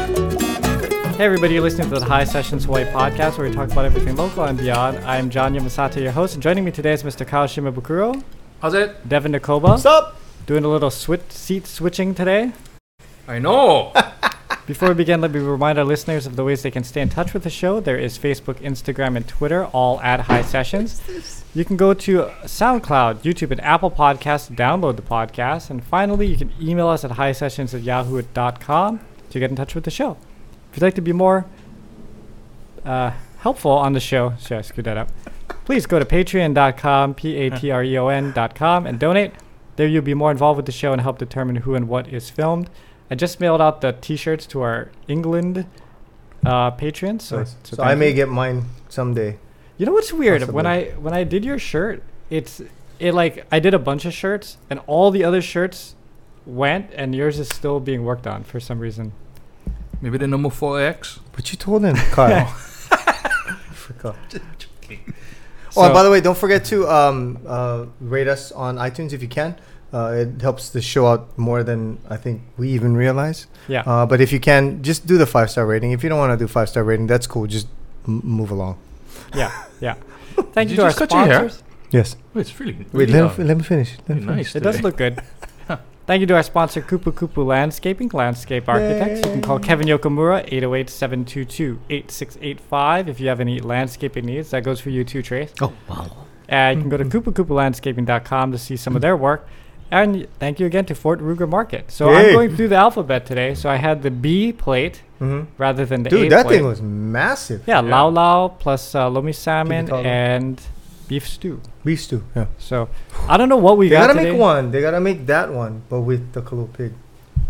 Hey, everybody, you're listening to the High Sessions Hawaii podcast where we talk about everything local and beyond. I'm John Yamasato, your host, and joining me today is Mr. Kyle Shimabukuro, How's it? Devin Nakoba, up? doing a little swi- seat switching today. I know. Before we begin, let me remind our listeners of the ways they can stay in touch with the show. There is Facebook, Instagram, and Twitter, all at High Sessions. You can go to SoundCloud, YouTube, and Apple Podcasts to download the podcast. And finally, you can email us at highsessions at yahoo.com to get in touch with the show. If you'd like to be more uh, helpful on the show, should I screw that up? Please go to patreon.com, P A T R E O N.com, and donate. There you'll be more involved with the show and help determine who and what is filmed. I just mailed out the T-shirts to our England uh, patrons, so, Nice. so So I thank may you. get mine someday. You know what's weird? When Possibly. I when I did your shirt, it's it like I did a bunch of shirts, and all the other shirts went, and yours is still being worked on for some reason. Maybe the number 4X. But you told him, Kyle. Forgot. So, oh, and by the way, don't forget to um, uh, rate us on iTunes if you can. Uh, it helps the show out more than I think we even realize. yeah, Uh, but if you can, just do the five star rating. If you don't want to do five star rating, that's cool. Just m- move along. yeah, yeah. Thank you Did you to our just cut your hair? sponsors. Yes. Oh, it's really. Wait, really let, loud. me, fi- let me finish. Let me Really finish. nice. It does today. look good. Thank you to our sponsor, Kupu Kupu Landscaping, landscape architects. You can call Kevin oh Yokomura, 808-722-8685 if you have any landscaping needs. That goes for you too, Trace. Oh, wow. Uh, you can go to Mm-hmm. kupukupulandscaping.com to see some of their work. And y- thank you again to Fort Ruger Market. So I'm Yay. going through the alphabet today. So I had the B plate hmm rather than the A Dude, that plate. thing was massive. yeah, Yeah. lao lao plus uh, lomi salmon Kibikalo. and beef stew. Beef stew. Yeah. So I don't know what we They got gotta today, make one. They gotta make that one, but with the Kalo pig.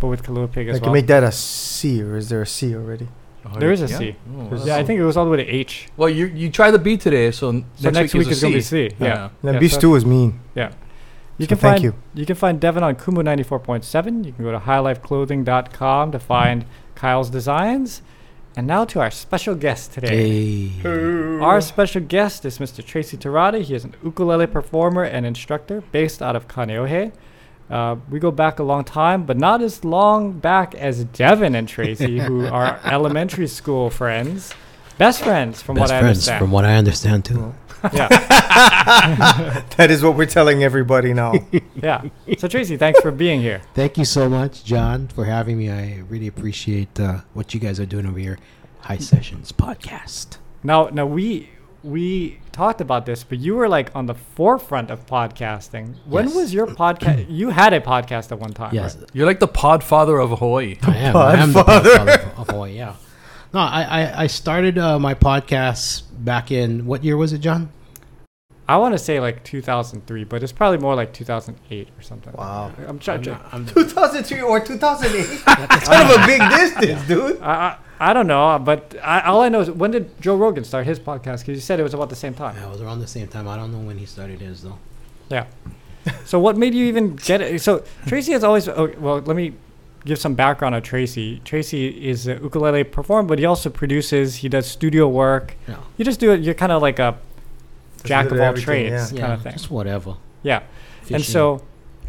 but with kalua pig as Like well. you make that a C, or is there a C already? Oh, There is a yeah? C. Oh, There's a yeah, wow. I think it was all the way to H. Well, you you try the B today, so, n- So next, week, is a going to be C. C. Yeah. Now, Yeah, beef so- stew is mean. You So can thank find you. you. can find Devin on Kumu ninety four point seven. You can go to highlifeclothing.com to find Kyle's designs. And now to our special guest today. Our special guest is Mr. Tracy Tirada. He is an ukulele performer and instructor based out of Kaneohe. Uh, we go back a long time, but not as long back as Devin and Tracy, who are elementary school friends, best friends from Best what I friends, understand. from what I understand too. yeah. That is what we're telling everybody now. Yeah. So Tracy, thanks for being here. Thank you so much, John, for having me. I really appreciate uh, what you guys are doing over here. High Sessions podcast. Now, now we we talked about this, but you were like on the forefront of podcasting. When Yes. was your podcast? you had a podcast at one time. Yes, right? You're like the pod father of Hawaii. I am. I am the podfather of- of Hawaii. Yeah. No, I I, I started uh, my podcast back in what year was it, John? I want to say like 2003, but it's probably more like 2008 or something. Wow. I'm trying. to. I'm, 2003 or 2008. That's kind of a big distance, dude. I, I I don't know, but I, all I know is when did Joe Rogan start his podcast? Because you said it was about the same time. I Uh, was around the same time. I don't know when he started his though. Yeah. So what made you even get it? So Tracy has always. Oh, well, let me give some background on Tracy. Tracy is a ukulele performer, but he also produces. He does studio work. Yeah. You just do it. You're kind of like a jack bit of of all everything, trades kind of thing. just whatever. Yeah. And Fishing. so,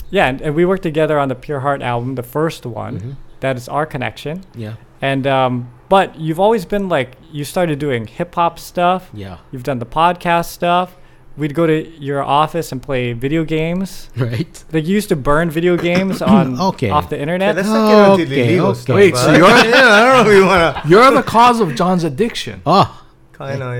yeah, and, and we worked together on the Pure Heart album, the first one. Mhm. That is our connection. yeah, And um, but you've always been like you started doing hip hop stuff. yeah, You've done the podcast stuff. We'd go to your office and play video games. right. Like you used to burn video games on Okay. off the Yeah, internet. let's Yeah, not get into the Okay, legal okay. stuff. Wait, so but- you're- yeah, I don't know if we wanna. You're the cause of John's addiction. Oh, Kind of,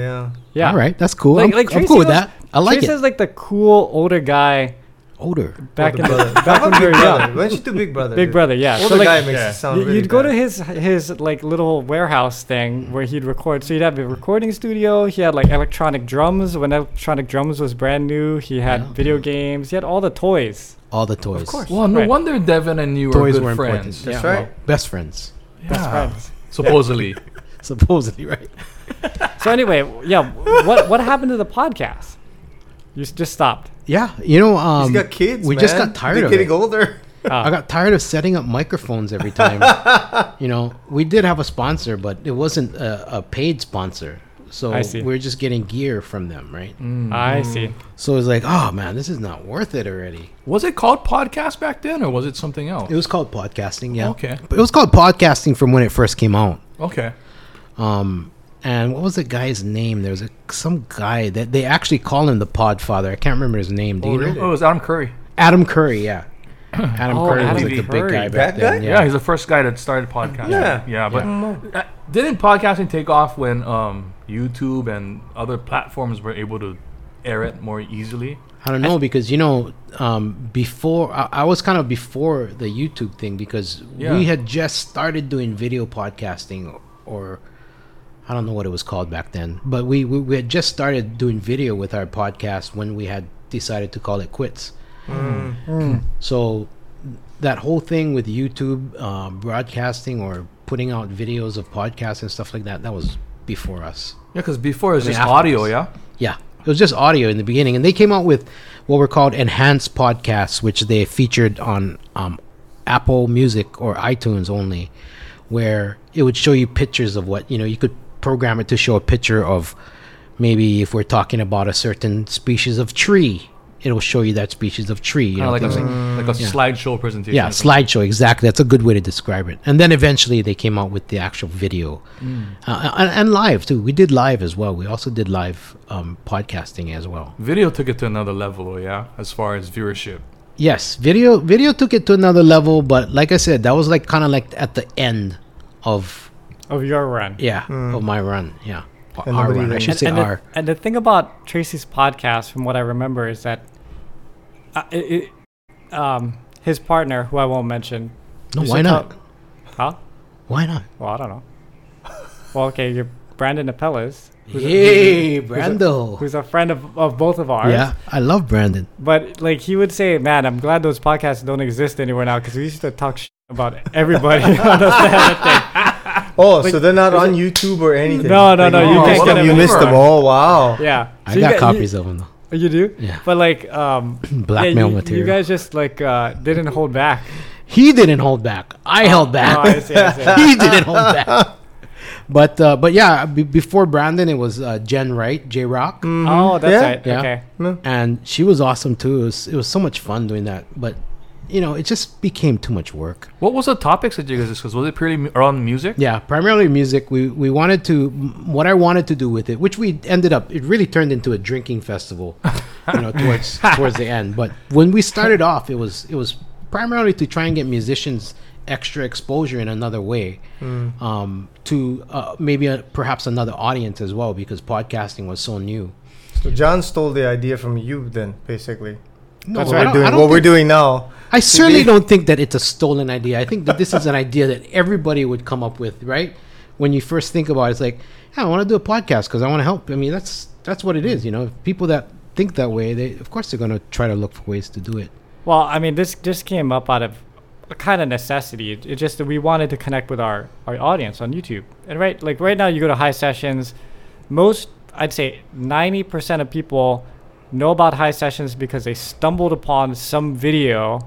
yeah. all right. That's cool. Like- I'm, like I'm Tracy cool with was- that. I like Chase it. is like the cool older guy Older. back in Older the, brother. back when we were young. Why don't you do Big Brother? Big dude? Brother, yeah. so Older like, guy makes Yeah. it sound you- really you'd go to bad. his his like little warehouse thing where he'd record. So he'd have a recording studio. He had like electronic drums when electronic drums was brand new. He had Yeah. video games. He had all the toys. All the toys. Of course. Well, no Right. wonder Devin and you Toys are were good important. friends. That's Well, right. best friends, Best Yeah. friends. Supposedly. supposedly, right? So anyway, yeah. What what happened to the podcast? You s- just stopped. Yeah, you know, um, He's got kids. We just man. got tired They're of getting it. older. I got tired of setting up microphones every time. you know, we did have a sponsor, but it wasn't a, a paid sponsor. So I see. we're just getting gear from them, right? I see. So it's like, oh man, this is not worth it already. Was it called podcast back then, or was it something else? It was called podcasting, yeah. Okay. But it was called podcasting from when it first came out. Okay. Um, and what was the guy's name? There was a, some guy that they actually call him the Podfather. I can't remember his name. Do you know? Oh, it was Adam Curry. Adam Curry, yeah. Adam Oh, Curry was Adam like the Curry. big guy back That then. guy? Yeah. he's the first guy that started podcasting. Yeah. yeah, but Uh, didn't podcasting take off when um, YouTube and other platforms were able to air it more easily? I don't know because you know um, before I, I was kind of before the YouTube thing because Yeah. we had just started doing video podcasting or I don't know what it was called back then, but we, we we had just started doing video with our podcast when we had decided to call it quits. Mm. So that whole thing with YouTube um, broadcasting or putting out videos of podcasts and stuff like that that was before us. Yeah, because before it was I mean, just after audio, this. yeah? Yeah, it was just audio in the beginning, and they came out with what were called enhanced podcasts, which they featured on um, Apple Music or iTunes only, where it would show you pictures of what you know. You could program it to show a picture of maybe if we're talking about a certain species of tree, it'll show you that species of tree. You Kind know, of like, a, things like- like a slideshow presentation. yeah, or something. slideshow. Exactly. That's a good way to describe it. And then eventually they came out with the actual video Mm. uh, and, and live too. We did live as well. We also did live um, podcasting as well. Video took it to another level, oh, yeah, as far as viewership. Yes, video video took it to another level. But like I said, that was like kind of like at the end of Of your Oh, run. yeah Hmm. of my run. Yeah, Or And our nobody run. I even- should say and, our. The, and the thing about Tracy's podcast, from what I remember, is that uh, it, it, um, his partner, who I won't mention, No, you why should not? tell- huh? why not? Well, I don't know. Well, okay, you're Brandon Apelles, who's, Hey, a, Brando. who's a friend of, of both of ours. Yeah, I love Brandon. But like he would say, man, I'm glad those podcasts don't exist anywhere now because we used to talk shit about everybody. on the planet. Oh, Like, so they're not is on YouTube or anything. No, no, no, you missed can't get them. them You missed anywhere. them. Oh, wow. yeah, I So you got gu- copies of him though. You, you do? Yeah. But like, um, Blackmail you, material. You guys just like uh, didn't hold back. He didn't hold back. I held back. Oh, I see, I see. he didn't hold back. But uh, but yeah, be before Brandon, it was uh, Jen Wright, J Rock, Oh, that's Yeah. right. Yeah. Okay. and she was awesome too. It was, it was so much fun doing that. But you know, it just became too much work. What was the topics that you guys discussed? Was it purely mu- around music? Yeah, primarily music. We we wanted to m- what I wanted to do with it, which we ended up. It really turned into a drinking festival, you know, towards towards the end. But when we started off, it was it was primarily to try and get musicians extra exposure in another way, um, to uh, maybe a, perhaps another audience as well, because podcasting was so new. So John stole the idea from you, then basically. No, That's What right. we're doing, what we're doing now. I certainly don't think that it's a stolen idea. I think that this is an idea that everybody would come up with, right? When you first think about it, it's like, yeah, I want to do a podcast because I want to help. I mean, that's that's what it is, you know. People that think that way, they of course they're going to try to look for ways to do it. Well, I mean, this just came up out of a kind of necessity. It, it just that we wanted to connect with our our audience on YouTube, and right like right now, you go to High Sessions. Most, I'd say, ninety percent of people know about High Sessions because they stumbled upon some video,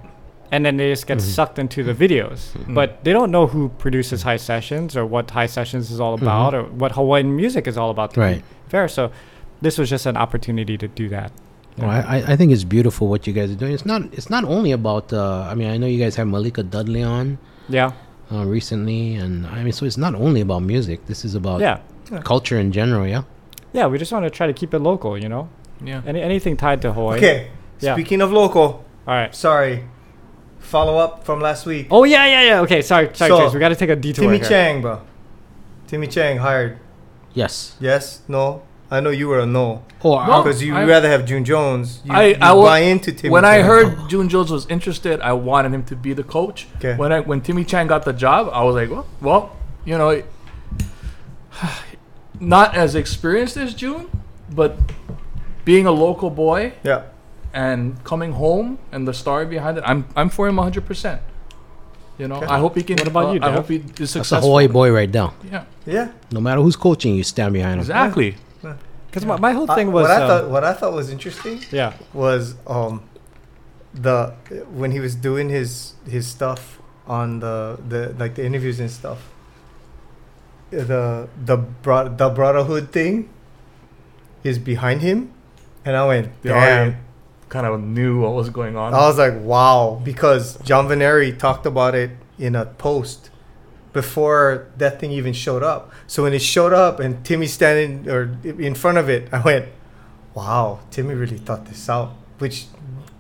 and then they just Mm-hmm. get sucked into the videos. But they don't know who produces High Sessions or what High Sessions is all about or what Hawaiian music is all about. to be Mm-hmm. Right. Fair. So, this was just an opportunity to do that. Well, I, I- I think it's beautiful what you guys are doing. It's not it's not only about. Uh, I mean, I know you guys have Malika Dudley on Yeah. uh, recently, and I mean, so it's not only about music. This is about Yeah. culture in general. Yeah. Yeah, we just want to try to keep it local, you know? Yeah. Any, anything tied to Hawaii. Okay. Yeah. Speaking of local, All right. sorry. Follow up from last week. Oh, yeah, yeah, yeah. Okay, sorry, sorry, So, Chase. We got to take a detour. Timmy here. Chang, bro. Timmy Chang hired. Yes. Oh, Yes? No? I know you were a no. Or Well, Because you I- would rather have June Jones. You, I- you I will- buy into Timmy when I Chang. heard June Jones was interested, I wanted him to be the coach. 'Kay. When I when Timmy Chan got the job, I was like, well, well, you know, not as experienced as June, but being a local boy Yeah. and coming home and the story behind it, I'm I'm for him 100. percent You know, I hope he can. What about uh, you, I Dev? hope he is that's a successful. Hawaii boy right now. Yeah, Yeah. No matter who's coaching, you stand behind him. exactly. Because my, my whole I- thing was. uh, what I um, thought what I thought was interesting yeah. was um the when he was doing his his stuff on the the like the interviews and stuff the the bro- the brotherhood thing is behind him, and I went They damn. already kind of knew what was going on. I was like, wow, because John Veneri talked about it in a post before that thing even showed up. So when it showed up and Timmy standing or in front of it, I went, wow, Timmy really thought this out, which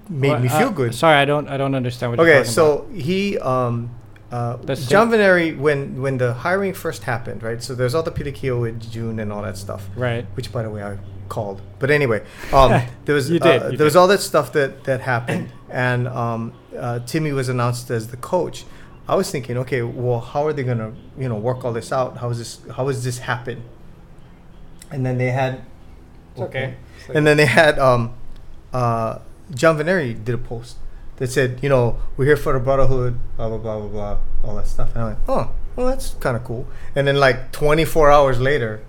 made Well, me uh, feel good. Sorry, I don't I don't understand what you're Okay, talking about. so he um uh, That's John Veneri when when the hiring first happened, right? So there's all the Pitakio with June and all that stuff Right. which by the way I called. But anyway, um, there was You uh, did, you there did. was all that stuff that that happened, and um, uh, Timmy was announced as the coach. I was thinking, okay, well, how are they gonna you know work all this out? How is this how is this happen? And then they had okay. and then they had um, uh, John Veneri did a post that said, you know, we're here for the brotherhood, blah blah blah blah blah, all that stuff. And I went, oh, well, that's kind of cool. And then like 24 hours later,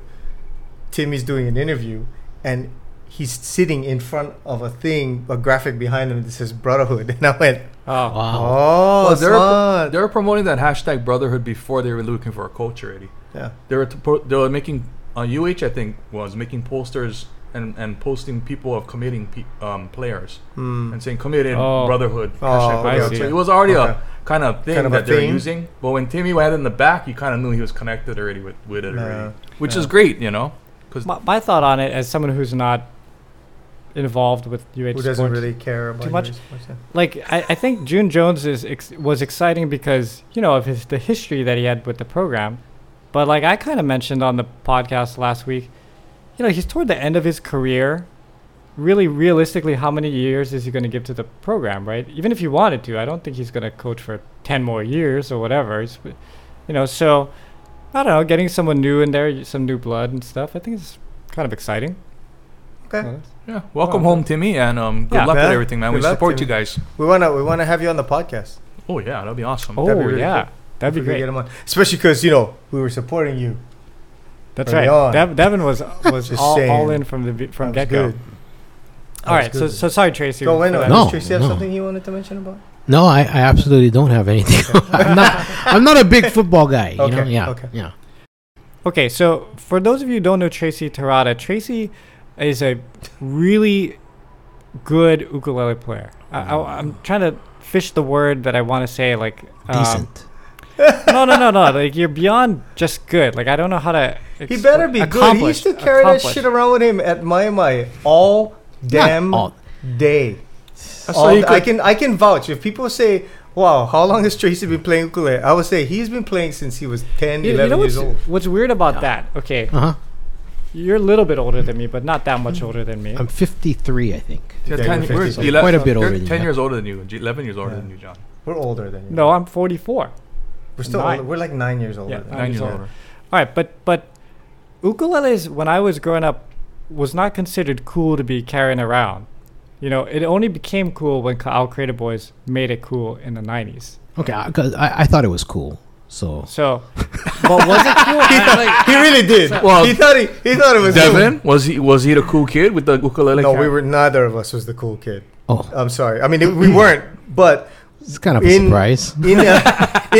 Timmy's doing an interview, and he's sitting in front of a thing, a graphic behind him that says brotherhood, and I went, Oh. Wow. oh, Well, they were, smart. they were promoting that hashtag brotherhood before they were looking for a coach already. yeah. They were, t- pro- they were making, uh, UH, I think, was making posters and, and posting people of committing pe- um, players Hmm. and saying committed Oh. brotherhood. Oh, hashtag I brotherhood. see. So it was already Okay. a kind of thing Kind of a that they were thing. using. But when Timmy went in the back, you kind of knew he was connected already with, with it Yeah. already, which Yeah. is great, you know? Because My, my thought on it, as someone who's not involved with UH Who doesn't sports, really care about Too much- your sports, yeah. like I, I think June Jones is ex- was exciting because you know of his the history that he had with the program, but like I kind of mentioned on the podcast last week, you know he's toward the end of his career. Really, realistically, how many years is he going to give to the program? Right? Even if he wanted to, I don't think he's going to coach for ten more years or whatever. He's, you know, so I don't know. Getting someone new in there, some new blood and stuff, I think it's kind of exciting. Okay. yeah, welcome Well, home, Timmy, and um, good Yeah. luck Yeah. with everything, man. Good we luck, support you Timmy. guys. We wanna we wanna have you on the podcast. Oh yeah, that'd be awesome. Oh That'd be really yeah, cool. that'd be If we could great. get him on. Especially because you know we were supporting you. That's early right. on. Dev- Devin was was Just all, all saying. in from the be- from That get was go. good. That All was right, so good. so sorry, Tracy. Go for in. that. No, Does Tracy have no. something he wanted to mention about? No, I, I absolutely don't have anything. I'm not I'm not a big football guy. You know? Okay, Yeah. okay. Yeah. Okay, so for those of you who don't know Tracy Tirada, Tracy is a really good ukulele player. I, I, I'm trying to fish the word that I want to say, like um, Decent. no, no, no, no. Like you're beyond just good. Like I don't know how to. He ex- better be good. He used to accomplished- carry that accomplished. shit around with him at my my all Not damn all- day. That's All all you th- I could- can I can vouch. If people say, "Wow, how long has Tracy been playing ukulele?" I would say he's been playing since he was 10, You, you 11 know years what's, old. what's weird about that? Okay, Uh huh. you're a little bit older than me, but not that much older than me. I'm 53, I think. You're Yeah, 10 you're we're 50. ele- Quite a bit you're older than Ten you. years older than you. and Eleven years older Yeah. than you, John. We're older than you. No, I'm 44. we're still nine. older. we're like nine years older. Yeah, than nine Nine you. years old. older. All right, but but ukuleles when I was growing up was not considered cool to be carrying around. You know, it only became cool when Al Creative Boys made it cool in the '90s. Okay, I, 'cause I, I thought it was cool. So So, but was it cool? I- like, He really did. Well, he thought he, he thought it was Devin was he was he the cool kid with the ukulele? No, cap? we were neither of us was the cool kid. oh, I'm sorry. I mean, it, we weren't, but it's kind of a In- surprise. in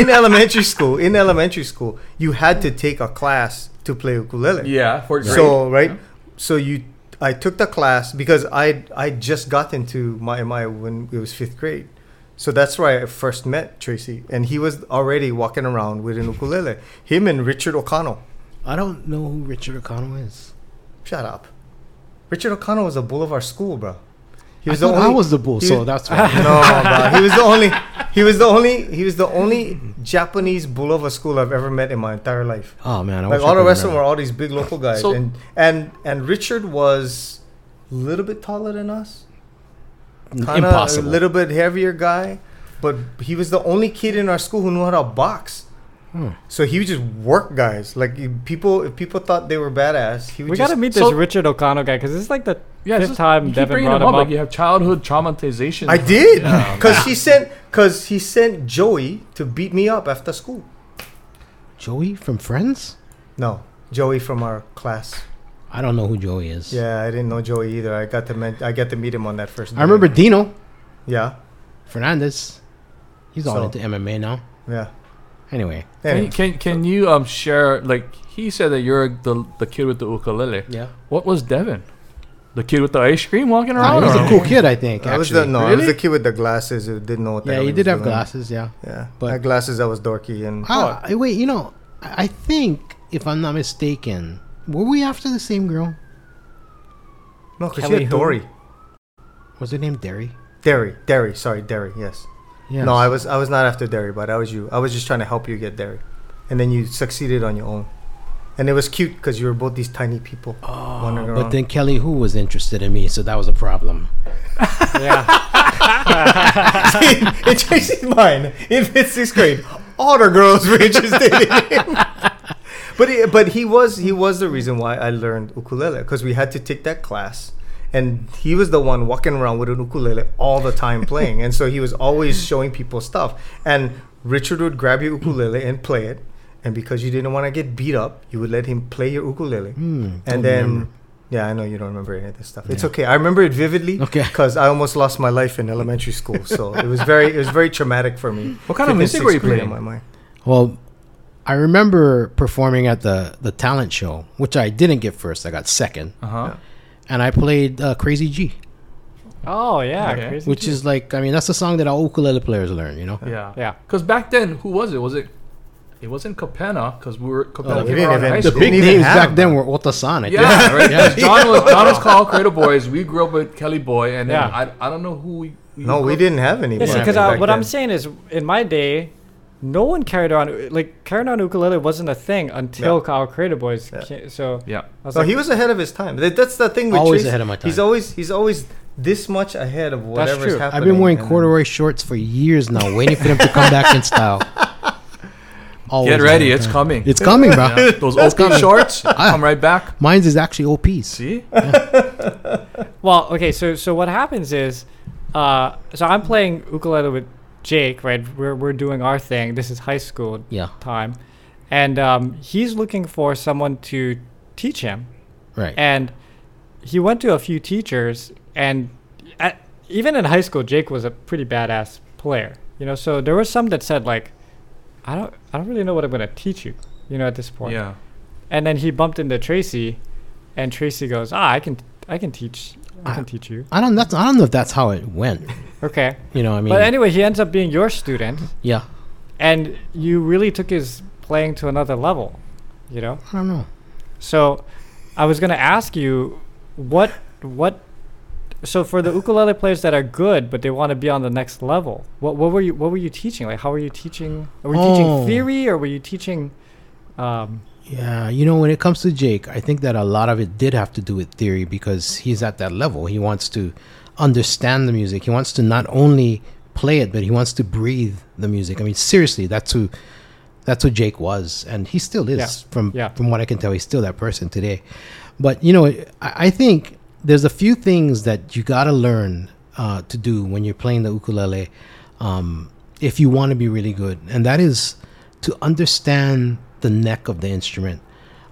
in elementary school, in elementary school, you had to take a class to play ukulele. Yeah, for So right, so you, I took the class because I I just got into my my when it was fifth grade, so that's where I first met Tracy, and he was already walking around with an ukulele. Him and Richard O'Connell. I don't know who Richard O'Connell is. Shut up. Richard O'Connell was a bull of our school, bro. He I, was the thought I only. was the bull, he so was- that's why. no, bro. He was the only. He was the only. He was the only Japanese bull of a school I've ever met in my entire life. Oh man, I like wish I all the could rest of them remember. were all these big local guys, So- and and and Richard was a little bit taller than us, kinda impossible. a little bit heavier guy, but he was the only kid in our school who knew how to box. Hmm. So he would just work guys. Like you- people, if people thought they were badass, he would we just. gotta meet this so- Richard O'Connell guy because this is like the Yeah, fifth this is- time you keep Devin bringing brought him him up. Like you have childhood traumatization. I did Yeah. because he sent because he sent Joey to beat me up after school. Joey from Friends? No, Joey from our class. I don't know who Joey is. Yeah, I didn't know Joey either. I got to met, I got to meet him on that first. I remember Dino Yeah, Fernandez. He's all So- into MMA now. yeah. Anyway, Can you, Anyway, can, can you um share like he said that you're the the kid with the ukulele. yeah. What was Devin? The kid with the ice cream walking Nah, around? he was a or- cool kid, I think. I was actually. the no, I was Really? the kid with the glasses who didn't know what. the yeah, hell he was did have doing. glasses. Yeah. Yeah, But- I had glasses. I was dorky and Ah, I- wait. You know, I I think if I'm not mistaken, were we after the same girl? no, because she Kelly had who? Dory, Was her name Derry? Derry, Derry. Sorry, Derry. Yes. Yeah. No, I was I was not after Derry, but I was you. I was just trying to help you get Derry, and then you succeeded on your own, and it was cute because you were both these tiny people wandering Oh, But around. then Kelly Who was interested in me, so that was a problem. Yeah. it changes mine. If it's sixth grade, all the girls were interested in him. But he, but he was he was the reason why I learned ukulele because we had to take that class, and he was the one walking around with an ukulele all the time playing, and so he was always showing people stuff. And Richard would grab your ukulele and play it, and because you didn't want to get beat up, you would let him play your ukulele, and then. Yeah, I know you don't remember any of this stuff. It's okay. I remember it vividly Okay. because I almost lost my life in elementary school, so it was very it was very traumatic for me. What kind of Fifth music and were you sixth grade in playing? my mind. Well, I remember performing at the the talent show, which I didn't get first. I got second, Uh-huh. and I played uh, Crazy G, Oh yeah. Okay. Crazy which G. is like I mean that's the song that all ukulele players learn, you know. Yeah. Yeah. Cuz back then who was it? Was it it wasn't Capenna cuz we were Capenna Oh, we came didn't around in even- high The school. big Didn't even names have back them. then were Otasan, I think. Yeah, right. 'Cause John was John was called Cradle Boys. We grew up with Kelly Boy, and then Yeah. I, I don't know who we. we No, grew we up- didn't have any. Yeah, see, music because back uh, what I'm then. saying is, in my day, no one carried on like carrying on ukulele wasn't a thing until our creative boys. Yeah. Came, so Yeah, I was No, like, he was ahead of his time. That- That's the thing. With Always Chase. ahead of my He's time. always he's always this much ahead of whatever's true. I've been happening. I've been wearing and- corduroy shorts for years now, waiting for them to come back in style. Always get ready, on it's time. coming. It's coming, bro. Yeah, Those old shorts Ah. come right back. Mine's is actually OPs. See, well, okay. So so what happens is, uh, so I'm playing ukulele with Jake, right? We're we're doing our thing. This is high school Yeah, time, and um, he's looking for someone to teach him. right. and he went to a few teachers and at, even in high school jake was a pretty badass player you know so there were some that said like i don't i don't really know what i'm going to teach you you know at this point yeah, and then he bumped into tracy and tracy goes ah i can i can teach i can teach you I don't. That's, I don't know if that's how it went. okay You know, I mean, but anyway he ends up being your student yeah. and you really took his playing to another level you know I don't know. So, I was going to ask you what what so for the ukulele players that are good but they want to be on the next level. What what were you what were you teaching? Like how were you teaching? Were you Oh. teaching theory or were you teaching um Yeah, you know, when it comes to Jake, I think that a lot of it did have to do with theory because he's at that level. He wants to understand the music. He wants to not only play it, but he wants to breathe the music. I mean, seriously, that's who that's who Jake was, and he still is. Yeah, From yeah. from what I can tell, he's still that person today. But you know, I, I think there's a few things that you got to learn uh, to do when you're playing the ukulele um, if you want to be really good, and that is to understand the neck of the instrument.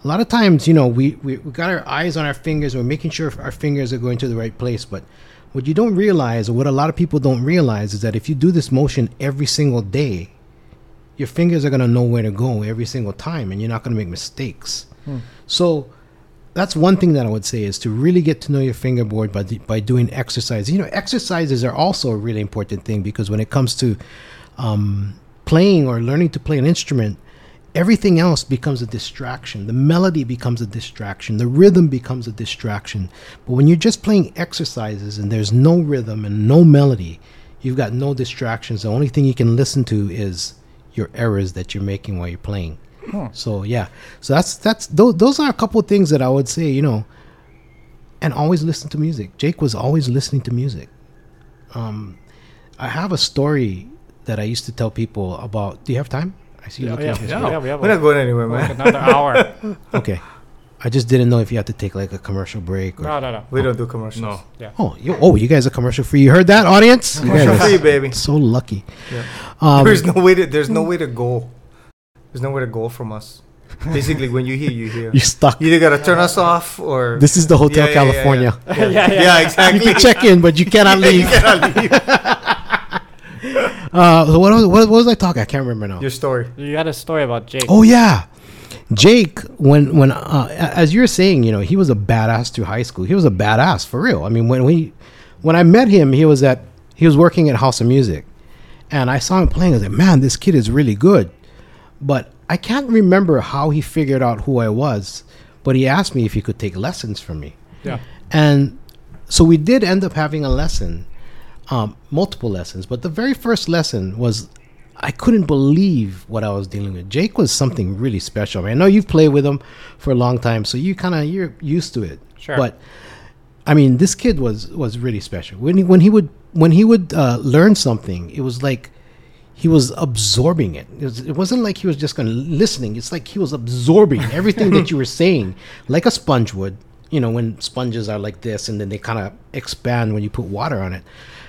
A lot of times, you know, we, we, we got our eyes on our fingers, we're making sure if our fingers are going to the right place. But what you don't realize, or what a lot of people don't realize, is that if you do this motion every single day, your fingers are going to know where to go every single time and you're not going to make mistakes. So that's one thing that I would say is to really get to know your fingerboard by, the, by doing exercises. You know, exercises are also a really important thing because when it comes to um, playing or learning to play an instrument, everything else becomes a distraction. The melody becomes a distraction. The rhythm becomes a distraction. But when you're just playing exercises and there's no rhythm and no melody, you've got no distractions. The only thing you can listen to is your errors that you're making while you're playing. So yeah, so that's that's those, those are a couple of things that I would say. You know, and always listen to music. Jake was always listening to music. Um, I have a story that I used to tell people about. Do you have time? I see you yeah, looking yeah, at this. yeah. we have We're not like, going anywhere, like man. another hour. Okay, I just didn't know if you had to take like a commercial break. Or, No, no, no. We don't do commercials. no, Oh, you, oh, you guys are commercial free. You heard that, audience? You guys commercial are free, baby. So lucky. Yeah. Um, there's no way to there's no way to go. There's nowhere to go from us. Basically, when you hear, you hear. you're stuck. You either gotta turn us off or This is the Hotel Yeah, yeah, yeah, California. yeah, yeah. yeah, exactly. You can check in, but you cannot leave. You cannot leave. Uh, so what was what, was I talking? I can't remember now. Your story. You had a story about Jake. Oh yeah, Jake. When when uh, a- as you're saying, you know, he was a badass through high school. He was a badass for real. I mean, when we when I met him, he was at he was working at House of Music, and I saw him playing. I was like, man, this kid is really good. But I can't remember how he figured out who I was. But he asked me if he could take lessons from me. Yeah. And so we did end up having a lesson, um, multiple lessons. But the very first lesson was I couldn't believe what I was dealing with. Jake was something really special. I, mean, I know you've played with him for a long time, so you kind of you're used to it. Sure. But I mean, this kid was was really special. When he, when he would when he would uh, learn something, it was like he was absorbing it. It, was, it wasn't like he was just going to listening. It's like he was absorbing everything that you were saying, like a sponge would. You know, when sponges are like this, and then they kind of expand when you put water on it.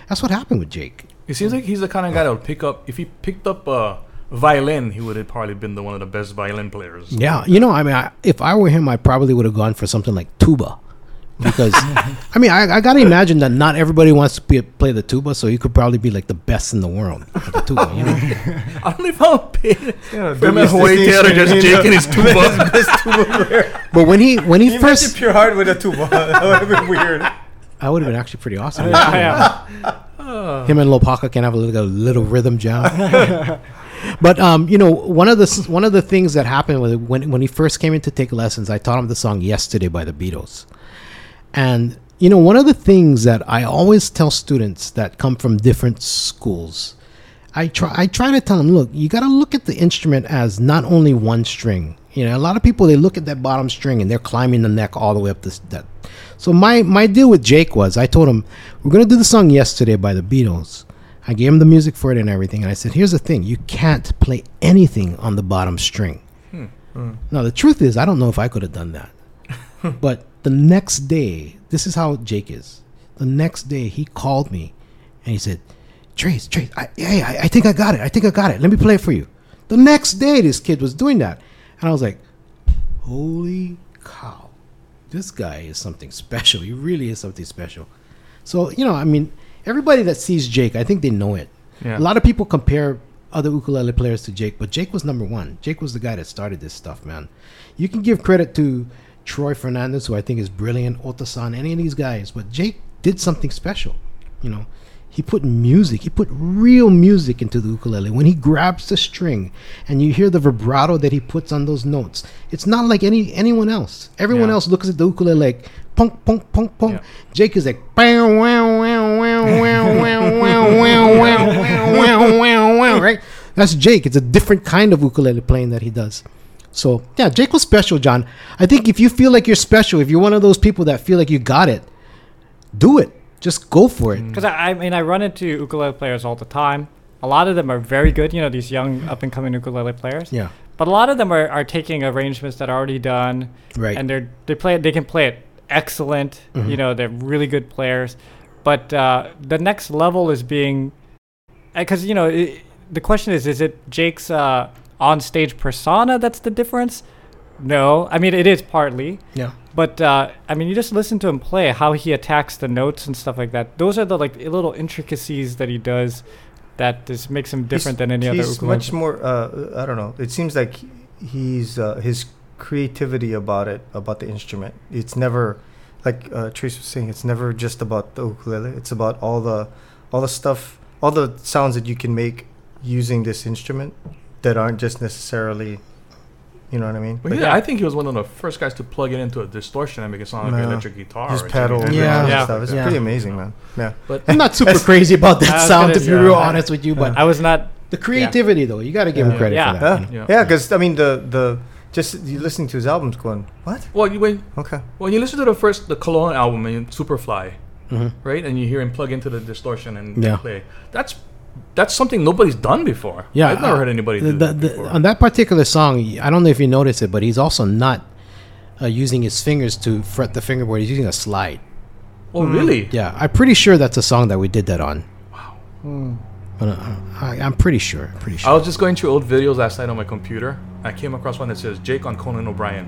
That's what happened with Jake. It seems like he's the kind of guy that would pick up. If he picked up a violin, he would have probably been the one of the best violin players. Yeah, you know, I mean, I, if I were him, I probably would have gone for something like tuba, because I mean, I, I gotta imagine that not everybody wants to be, play the tuba, so you could probably be like the best in the world at the tuba. You know? I don't even know. Yeah, Yeah, Him and Hawaii Taylor just Jake and his tuba. Best tuba player. But when he when he Imagine first, Pure Heart with a tuba. That would have been weird. I would have been actually pretty awesome. Yeah, yeah. Him and Lopaka can have a little, a little rhythm jam. but um, you know, one of the s- one of the things that happened was when when he first came in to take lessons, I taught him the song "Yesterday" by the Beatles. And you know, one of the things that I always tell students that come from different schools, I try I try to tell them, look, you got to look at the instrument as not only one string. You know, a lot of people they look at that bottom string and they're climbing the neck all the way up this that. So my my deal with Jake was, I told him we're gonna do the song yesterday by the Beatles. I gave him the music for it and everything, and I said, here's the thing: you can't play anything on the bottom string. Now the truth is, I don't know if I could have done that. But the next day, this is how Jake is. The next day, he called me and he said, Trace, Trace, I, yeah, yeah, I, I think I got it. I think I got it. Let me play it for you. The next day, this kid was doing that. And I was like, holy cow. This guy is something special. He really is something special. So, you know, I mean, everybody that sees Jake, I think they know it. Yeah. A lot of people compare other ukulele players to Jake, but Jake was number one. Jake was the guy that started this stuff, man. You can give credit to Troy Fernandez, who I think is brilliant, Otasan, any of these guys, but Jake did something special. You know, he put music, he put real music into the ukulele. When he grabs the string and you hear the vibrato that he puts on those notes, it's not like any anyone else. Everyone Yeah. else looks at the ukulele like punk, punk, punk, punk. Yeah. Jake is like, wow, wow, wow, wow, wow, wow, wow, wow, wow, wow, wow, wow, right? That's Jake. It's a different kind of ukulele playing that he does. So yeah, Jake was special, John. I think if you feel like you're special, if you're one of those people that feel like you got it, do it. Just go for it. Because I, I mean, I run into ukulele players all the time. A lot of them are very good, you know, these young up and coming ukulele players. Yeah. But a lot of them are, are taking arrangements that are already done. Right. And they're they play it, they can play it excellent. Mm-hmm. You know, they're really good players. But uh, the next level is being, because you know, i the question is, is it Jake's uh, on-stage persona that's the difference? No, I mean it is partly. Yeah. But uh, I mean, you just listen to him play, how he attacks the notes and stuff like that. Those are the like little intricacies that he does that just makes him different than any he's other He's ukulele. much more. Uh, I don't know. It seems like he's uh, his creativity about it, about the instrument. It's never like uh, Trace was saying. It's never just about the ukulele. It's about all the all the stuff, all the sounds that you can make using this instrument that aren't just necessarily. You know what I mean? But Like, yeah, I think he was one of the first guys to plug it into a distortion and make it sound like Yeah. an electric guitar. His or pedal, something. Yeah. yeah, Yeah. stuff. It's Yeah. pretty amazing, man. Yeah. I'm not super crazy about I that was sound, gonna to be say, real yeah. honest with you, but I was not. the creativity though, you got to give him Yeah. credit Yeah. for that. you know? Yeah, because I mean the the just you listening to his albums, going what? Well, you, when Okay, when you listen to the first the Cologne album and Superfly, Mhm. right, and you hear him plug into the distortion and Yeah. play, that's that's something nobody's done before. Yeah, I've never uh, heard anybody the- do the- that the- before. on that particular song, I don't know if you noticed it, but he's also not uh, using his fingers to fret the fingerboard. He's using a slide. oh, Mm. really? Yeah, I'm pretty sure that's a song that we did that on. Wow. I, I'm pretty sure. Pretty I sure. was just going through old videos last night on my computer. I came across one that says Jake on Conan O'Brien,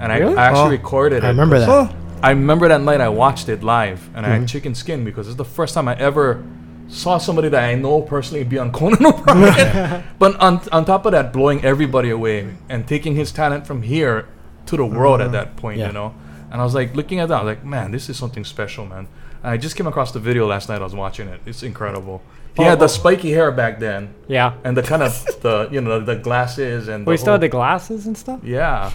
and Really? I, I actually Oh. recorded it. I remember that. Mm-hmm. oh, I remember that night I watched it live, and I had chicken skin because it's the first time I ever saw somebody that I know personally be on Conan O'Brien. but on, on top of that, blowing everybody away and taking his talent from here to the world at that point, Mm-hmm. Yeah. you know? And I was like, looking at that, I was like, man, this is something special, man. And I just came across the video last night. I was watching it. It's incredible. He Oh, had the spiky hair back then, Yeah. and the kind of the you know the glasses and. We the still had the whole- glasses and stuff. Yeah.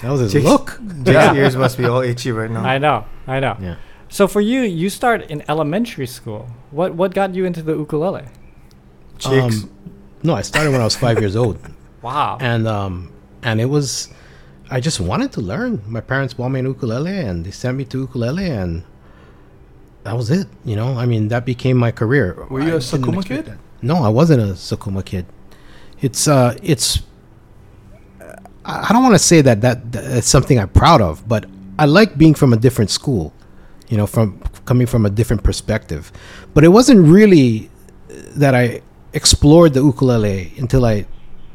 That was his Jake's- look. Jake's ears must be all itchy right now. I know. I know. Yeah. So for you, you start in elementary school. What what got you into the ukulele? Chicks. Um, no, I started when I was five years old, Wow. and um, and it was, I just wanted to learn. My parents bought me an ukulele, and they sent me to ukulele, and that was it. You know, I mean, that became my career. Were you a I didn't Sakuma expect kid? that. No, I wasn't a Sakuma kid. It's uh, it's. I I don't want to say that that that's something I'm proud of, but I like being from a different school, you know, from coming from a different perspective. But it wasn't really that I explored the ukulele until I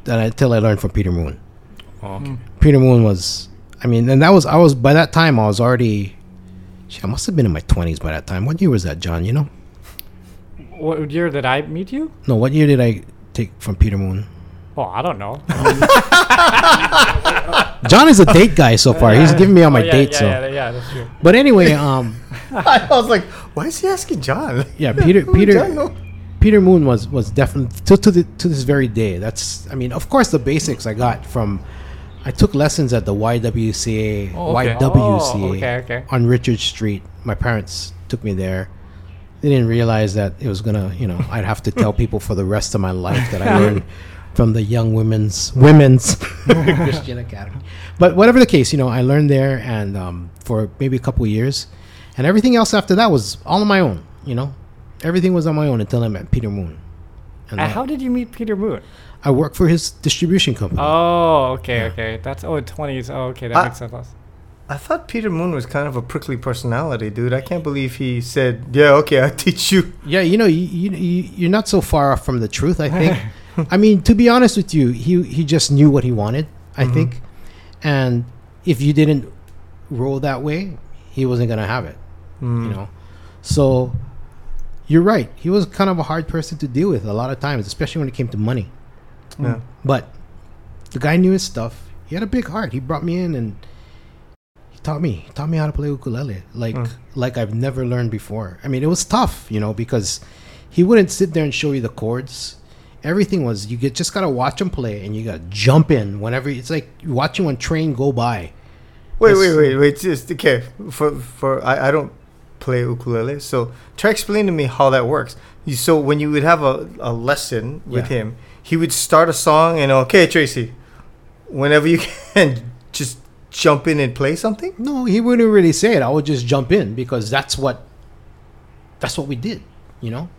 that I- until I learned from Peter Moon. Oh, okay. Peter Moon was, I mean, and that was I was by that time I was already, shit, I must have been in my twenties by that time. What year was that, John? You know? what year did I meet you? No, what year did I take from Peter Moon? Oh, I don't know. John is a date guy so far. He's giving me all my yeah, yeah, dates. so. yeah, yeah, that's true. But anyway, um, I was like, why is he asking John? yeah, Peter, Who would John Peter, know? Peter Moon was was definitely to to, the, to this very day. That's I mean, of course, the basics I got from. I took lessons at the YWCA, Oh, okay. YWCA Oh, okay, okay. on Richard Street. My parents took me there. They didn't realize that it was gonna, you know, I'd have to tell people for the rest of my life that I learned from the young women's women's Christian Academy. But whatever the case, you know, I learned there and um, for maybe a couple of years, and everything else after that was all on my own. You know, everything was on my own until I met Peter Moon. And And that- how did you meet Peter Moon? I worked for his distribution company. Oh, okay, okay. That's oh, 20s. Oh, okay, that Uh, Ah. makes sense. I thought Peter Moon was kind of a prickly personality, dude. I can't believe he said, yeah, okay, I'll teach you. Yeah, you know, you, you you- you're not so far off from the truth. I think. I mean, to be honest with you, he he just knew what he wanted. I think, and if you didn't roll that way, he wasn't gonna have it. You Mm, know, so you're right. He was kind of a hard person to deal with a lot of times, especially when it came to money. Yeah. But the guy knew his stuff. He had a big heart. He brought me in and he taught me. He taught me how to play ukulele like like I've never learned before. I mean, it was tough, you know, because he wouldn't sit there and show you the chords. Everything was you get just gotta watch him play and you gotta jump in whenever it's like watching one train go by. Wait, Yes. wait, wait, wait. Just okay. For for I, I don't play ukulele, so try explain to me how that works. You, so when you would have a, a lesson with Yeah. him, he would start a song and okay, Tracy, whenever you can, just jump in and play something. No, he wouldn't really say it. I would just jump in because that's what that's what we did, you know?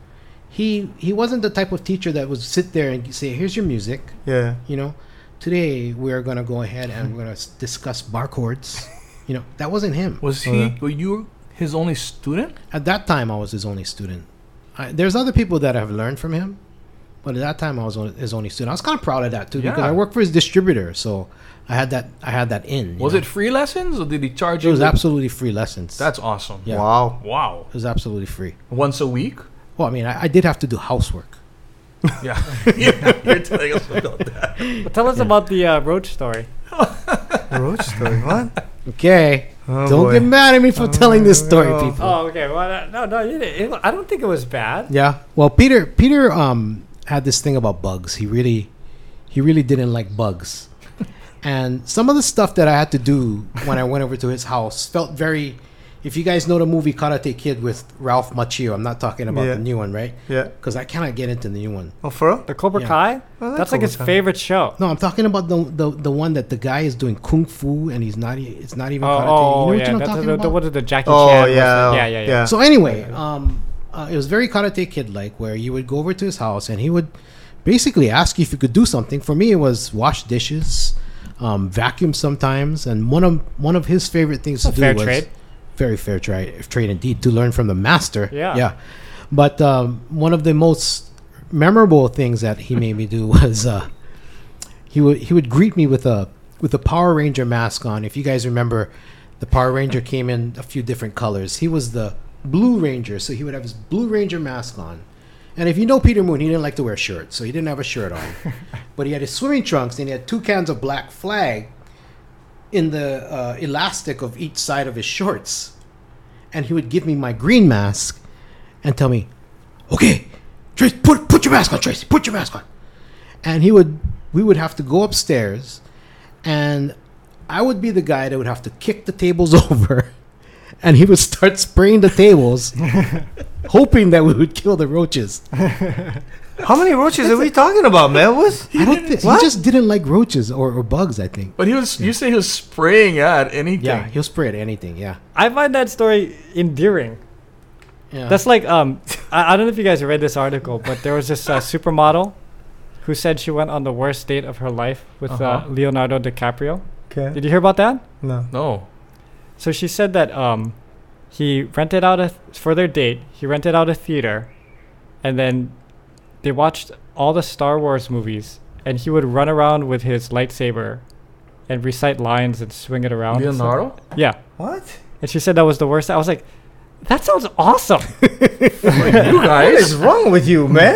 He he wasn't the type of teacher that would sit there and say, Here's your music. Yeah. you know today we're gonna go ahead and we're gonna s- discuss barcodes you know that wasn't him Was he? Were you his only student? at that time i was his only student I, there's other people that have learned from him but at that time i was on, his only student i was kind of proud of that too because Yeah. i worked for his distributor so i had that i had that in you Was know. it free lessons or did he charge it you? was with- absolutely free lessons That's awesome. Yeah. Wow. Wow. it was absolutely free Once a week? well i mean i, I did have to do housework Yeah. You're telling us about that. But tell us about the uh, roach story. Roach story. What? okay Oh, don't boy. get mad at me for telling this story no. people Oh, okay. Well, uh, no, no, you didn't. It, I don't think it was bad. Yeah. Well, Peter Peter um had this thing about bugs. He really he really didn't like bugs. and some of the stuff that I had to do when I went over to his house felt very if you guys know the movie Karate Kid with Ralph Macchio, I'm not talking about Yeah. the new one, right? Yeah. Because I cannot get into the new one. Oh, for real? The Cobra Yeah. Kai. I like That's like his Cobra Kai. favorite show. No, I'm talking about the, the the one that the guy is doing kung fu and he's not e- it's not even Oh, karate. oh, you know yeah. what I'm That's talking the, about? the, what is the Jackie Oh, Chan? was yeah, it? oh, yeah, yeah, yeah. yeah. So anyway, um, uh, it was very Karate Kid like, where you would go over to his house and he would basically ask you if you could do something. For me, it was wash dishes, um, vacuum sometimes, and one of one of his favorite things to do fair was trade. very fair trade, trade indeed to learn from the master. Yeah. yeah. But um, one of the most memorable things that he made me do was uh, he would he would greet me with a with a Power Ranger mask on. If you guys remember, the Power Ranger came in a few different colors. He was the Blue Ranger, so he would have his Blue Ranger mask on. And if you know Peter Moon, he didn't like to wear shirts, so he didn't have a shirt on. but he had his swimming trunks, and he had two cans of Black Flag in the uh, elastic of each side of his shorts. And he would give me my green mask and tell me, "Okay, Tracy, put put your mask on, Tracy. Put your mask on." And he would, we would have to go upstairs, and I would be the guy that would have to kick the tables over, and he would start spraying the tables, hoping that we would kill the roaches. How many roaches are we talking about, man? What's I don't think he What? just didn't like roaches or, or bugs. I think. But he was. You say he was spraying at anything. Yeah, he'll spray at anything. Yeah. I find that story endearing. Yeah. That's like um, I, I don't know if you guys read this article, but there was this uh, supermodel who said she went on the worst date of her life with uh Uh-huh. Leonardo DiCaprio. okay? Did you hear about that? No. No. So she said that um, he rented out a th- for their date. He rented out a theater, and then they watched all the Star Wars movies. And he would run around with his lightsaber, and recite lines and swing it around. and stuff. Leonardo. Yeah, What? and she said that was the worst. I was like, that sounds awesome. you What is guys. wrong with you, man?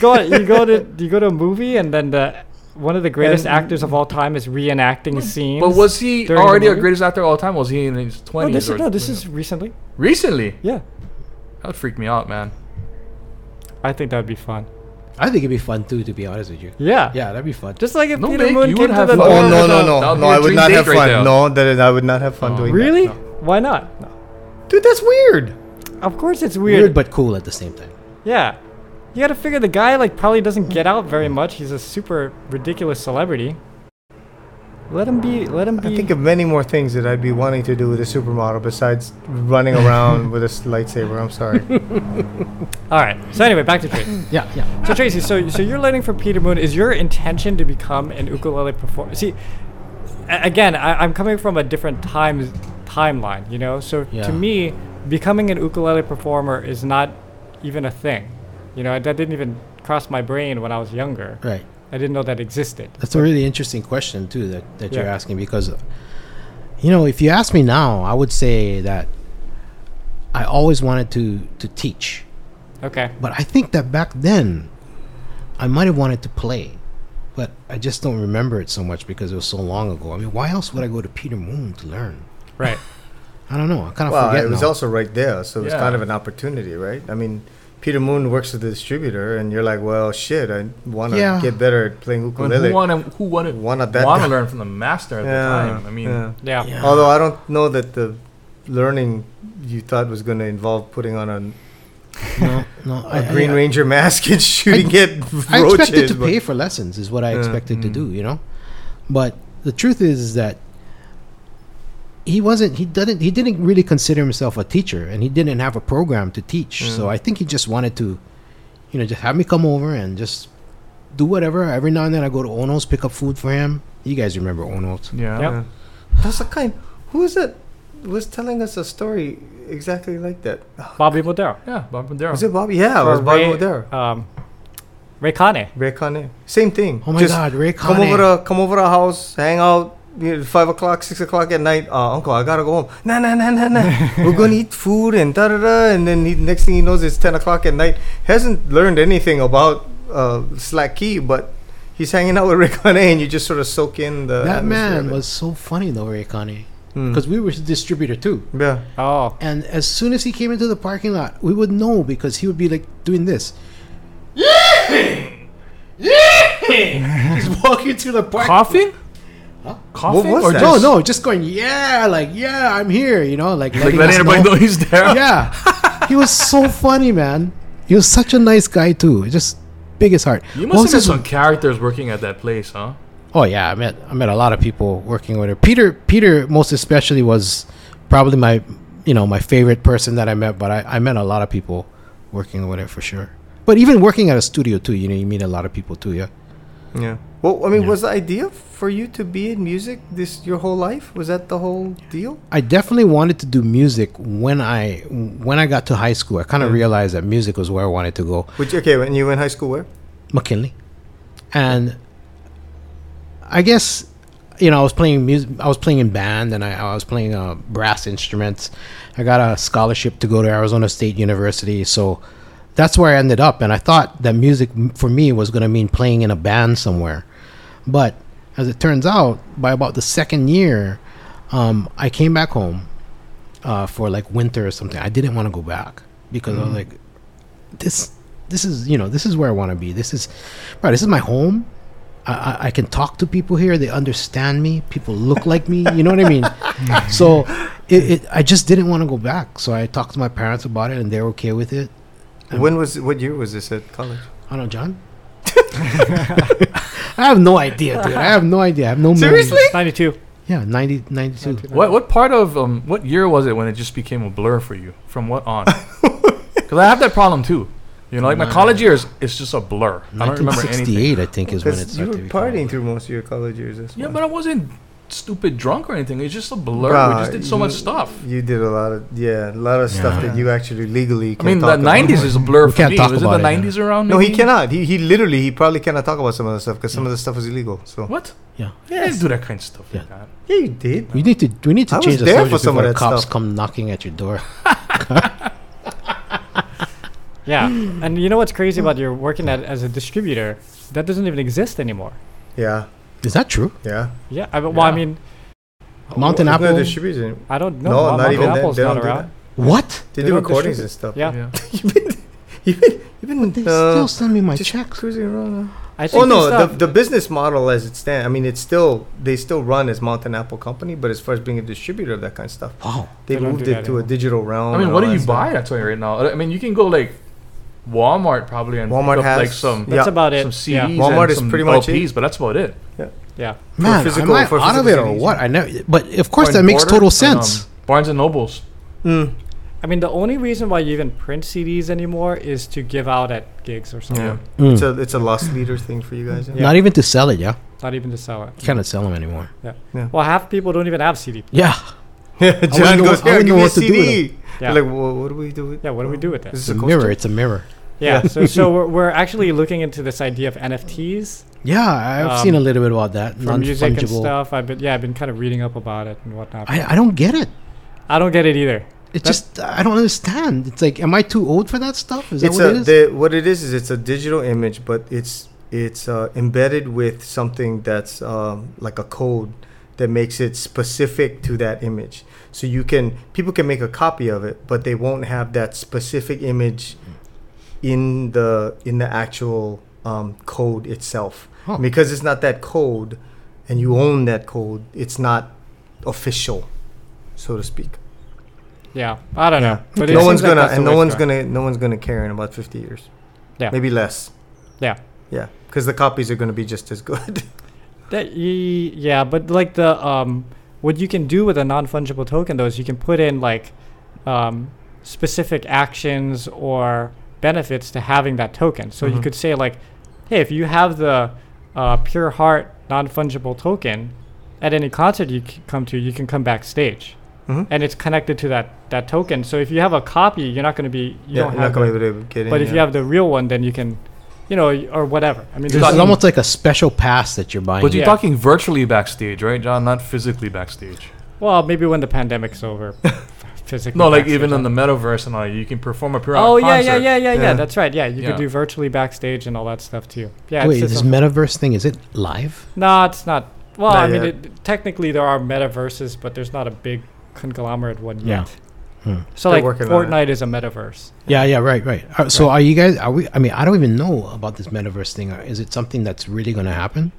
go you go to you go to a movie and then the one of the greatest And- actors of all time is reenacting scenes. But was he during the already a movie? greatest actor of all time? Was he in his no? twenties? Oh, This is, no, this is recently. recently. Yeah, That would freak me out, man. I think that would be fun. I think it'd be fun too, to be honest with you. Yeah, Yeah, that'd be fun. Just like if No, Peter Nick, Moon you came would to have the fun. door Oh no with no a- that would be no no! a I would dream not date have right there. fun. No, that is, I would not have fun Oh. doing Really? No. Why not? that. Dude, that's weird. Of course it's weird. weird. but cool at the same time. yeah. You gotta figure the guy like probably doesn't get out very much. He's a super ridiculous celebrity. Let him be let him be I think of many more things that I'd be wanting to do with a supermodel besides running around with a s- lightsaber. I'm sorry. Alright. So anyway, back to Tracy. Yeah, yeah. so Tracy, so so you're learning from Peter Moon. Is your intention to become an ukulele performer? See a- again, I, I'm coming from a different time timeline, you know? So Yeah. to me, becoming an ukulele performer is not even a thing. You know, that didn't even cross my brain when I was younger. Right. I didn't know that existed. That's a really interesting question too that, that you're Yeah. asking because you know, if you ask me now, I would say that I always wanted to to teach. Okay. But I think that back then I might have wanted to play. But I just don't remember it so much because it was so long ago. I mean, why else would I go to Peter Moon to learn? Right. I don't know. I kind of Well, forget it was now. also right there, so it was Yeah. kind of an opportunity, right? I mean, Peter Moon works with the distributor, and you're like, well, shit, I want to Yeah. get better at playing I mean, who ukulele. wanna who wanna One of that wanna guy. learn from the master at Yeah, the time? I mean, yeah. Yeah. Yeah. although I don't know that the learning you thought was going to involve putting on a, no, no, a I- I- Green I- Ranger mask and shooting at I roaches. expected to but- pay for lessons is what I Yeah. mm. expected to do, you know. But the truth is, is that he wasn't. He didn't. He didn't really consider himself a teacher, and he didn't have a program to teach. Mm. So I think he just wanted to, you know, just have me come over and just do whatever. Every now and then I go to Ono's, pick up food for him. You guys remember Ono's? yeah. Yep. That's the kind. Who is that? Was telling us a story exactly like that? Oh. Bobby Modero. Yeah, Bob Madero. Was it Bobby? Yeah, it was Or Bobby Ray- O'Dare. Um, Ray Kane. Ray Kane. Same thing. Oh my Just God, Ray Come Kane. over to come over to our house, hang out. You know, five o'clock, six o'clock at night. Uh, uncle, I gotta go home. Nah, nah, nah, nah, nah. We're gonna eat food and da da da. And then he, next thing he knows, it's ten o'clock at night. Hasn't learned anything about uh, slack key, but he's hanging out with Rick Kane, and you just sort of soak in the. that atmosphere of man it. was so funny though, Ray Kane, Mm. because we were his distributor too. yeah. Oh. And as soon as he came into the parking lot, we would know because he would be like doing this. He's walking through the park. coughing? Coughing? was or that? No, just- no, just going, yeah, like, yeah, I'm here, you know, like, Like letting letting us everybody know he's there. Yeah. he was so funny, man. He was such a nice guy, too. Just big as heart. You What must was have had his- some characters working at that place, huh? Oh yeah, I met I met a lot of people working with her. Peter Peter most especially was probably my you know my favorite person that I met, but I, I met a lot of people working with her for sure. But even working at a studio too, you know, you meet a lot of people too. Yeah, Yeah. Well, I mean, was the idea for you to be in music this your whole life? Was that the whole deal? I definitely wanted to do music when I when I got to high school. I kind of realized that music was where I wanted to go. Which okay, when you were in high school, where? McKinley, and I guess you know, I was playing music. I was playing in band, and I, I was playing uh, brass instruments. I got a scholarship to go to Arizona State University, so that's where I ended up. And I thought that music m- for me was going to mean playing in a band somewhere, but as it turns out, by about the second year, um, I came back home uh, for like winter or something. I didn't want to go back because I was like, this, this is you know, this is where I want to be. This is, bro, this is my home. I, I, I can talk to people here. They understand me. People look like me. You know what I mean? so, it, it, I just didn't want to go back. So I talked to my parents about it, and they're okay with it. Um, When was what year was this at college? I don't know, John. I have no idea, dude. I have no idea. I have no memory. Seriously? 92. Yeah, 90, 92. What what part of um what year was it when it just became a blur for you? From what on? Because I have that problem too. You know, like my college years, it's just a blur. I don't remember anything. 1968, I think, is when it Because you started. were to become- partying through most of your college years. That's Yeah, why. but I wasn't stupid drunk or anything. It's just a blur. we Bruh, just did so much you- stuff. You did a lot of yeah, a lot of stuff that you actually legally. I Can't mean, the talk about. '90s is a blur We for can't me. talk Was it about the it, yeah. '90s around? No, he maybe? cannot. He he literally he probably cannot talk about some of the stuff because some of the stuff is illegal. So What? Yeah. Yeah, I didn't do that kind of stuff like Yeah. that. yeah, you did. We need to we need to I was change the there subject for some of before that cops stuff. come knocking at your door. Yeah. and you know what's crazy about you're working at, as a distributor? That doesn't even exist anymore. Yeah, Is that true? yeah. Yeah. I, mean- well, I Yeah. mean, Oh, Mountain There's Apple. No distribution. I don't know. No, Mon- not Mountain even that. Apple's They not don't do around. what? They They, do don't recordings distribute. and stuff. Yeah. Yeah. you've been you've been you've They been uh, still send me my just checks. cruising around. huh? I think Oh no, they the, stopped- the business model as it stands, I mean, it's still they still run as Mountain Apple Company, but as far as being a distributor of that kind of stuff, Wow. they, They don't moved do it that to a anymore. digital realm. I mean, and what all do you that stuff. buy at Toy right now? I mean, you can go like Walmart probably and pick Walmart up, has- like some that's yeah. about it. some CDs yeah. Walmart and is some pretty much it. LPs, but that's about it. Yeah. Man, physical- am I for out of it physical or CDs. what? I know, but of course Or that in makes Border total and, um, sense. Barnes and Nobles. Mm. I mean, the only reason why you even print CDs anymore is to give out at gigs or something. Yeah. Mm. It's a it's a lost leader thing for you guys. Yeah. Not even to sell it, yeah. Not even to sell it. You cannot sell them anymore. Well, half people don't even have CD. Yeah. Yeah, wouldn't John know- goes, I "Here, give wouldn't know me a what to do with CD." Yeah. They're Like, well, what do we do with? Yeah, what do we do with that? Is It's this a a mirror. coaster? It's a mirror. Yeah. so, so we're, we're actually looking into this idea of NFTs Yeah, I've Um, seen a little bit about that. for Non music and fungible. stuff. I've been yeah, I've been kind of reading up about it and whatnot. I, I, I don't get it. don't get it either. It's That's- just I don't understand. It's like, am I too old for that stuff? Is that It's what a it is? the, what it is is it's a digital image, but it's it's uh, embedded with something that's um, like a code that makes it specific to that image. So you can people can make a copy of it, but they won't have that specific image in the in the actual um, code itself Huh. because it's not that code, and you own that code. It's not official, so to speak. Yeah. I don't know. But it no one's seems like gonna that's the and way no it's one's going. gonna no one's gonna care in about fifty years. Yeah. maybe less. Yeah. yeah, because the copies are gonna be just as good. That, ye- yeah, but like the um, what you can do with a non fungible token though is you can put in like um, specific actions or benefits to having that token. So Mm-hmm. you could say like, hey, if you have the uh, Pure Heart non fungible token at any concert you c- come to, you can come backstage. Mhm. And it's connected to that, that token. So if you have a copy, you're not going to be you yeah, don't you're not have. gonna The, be able to get in. but if yeah. you have the real one, then you can, you know, y- or whatever. I mean, It's there's Talking- almost like a special pass that you're buying. But you're Yeah. talking virtually backstage, right, John? Not physically backstage. Well, maybe when the pandemic's over, physically. No, like backstage. even in the metaverse and all, you can perform a periodic Oh yeah, concert. yeah, yeah, yeah, yeah, Yeah. That's right. Yeah, you Yeah. could do virtually backstage and all that stuff too. Yeah. Wait, it's this just metaverse thing is it live? a- no, it's not. Well, Not I mean, yet. it, technically there are metaverses, but there's not a big conglomerate one Yeah. yet. Hmm. So They're like working on it. Fortnite is a metaverse. Yeah, yeah, right, right. Uh, so are you guys? Are we? I mean, I don't even know about this metaverse thing. Uh, Is it something that's really going to happen?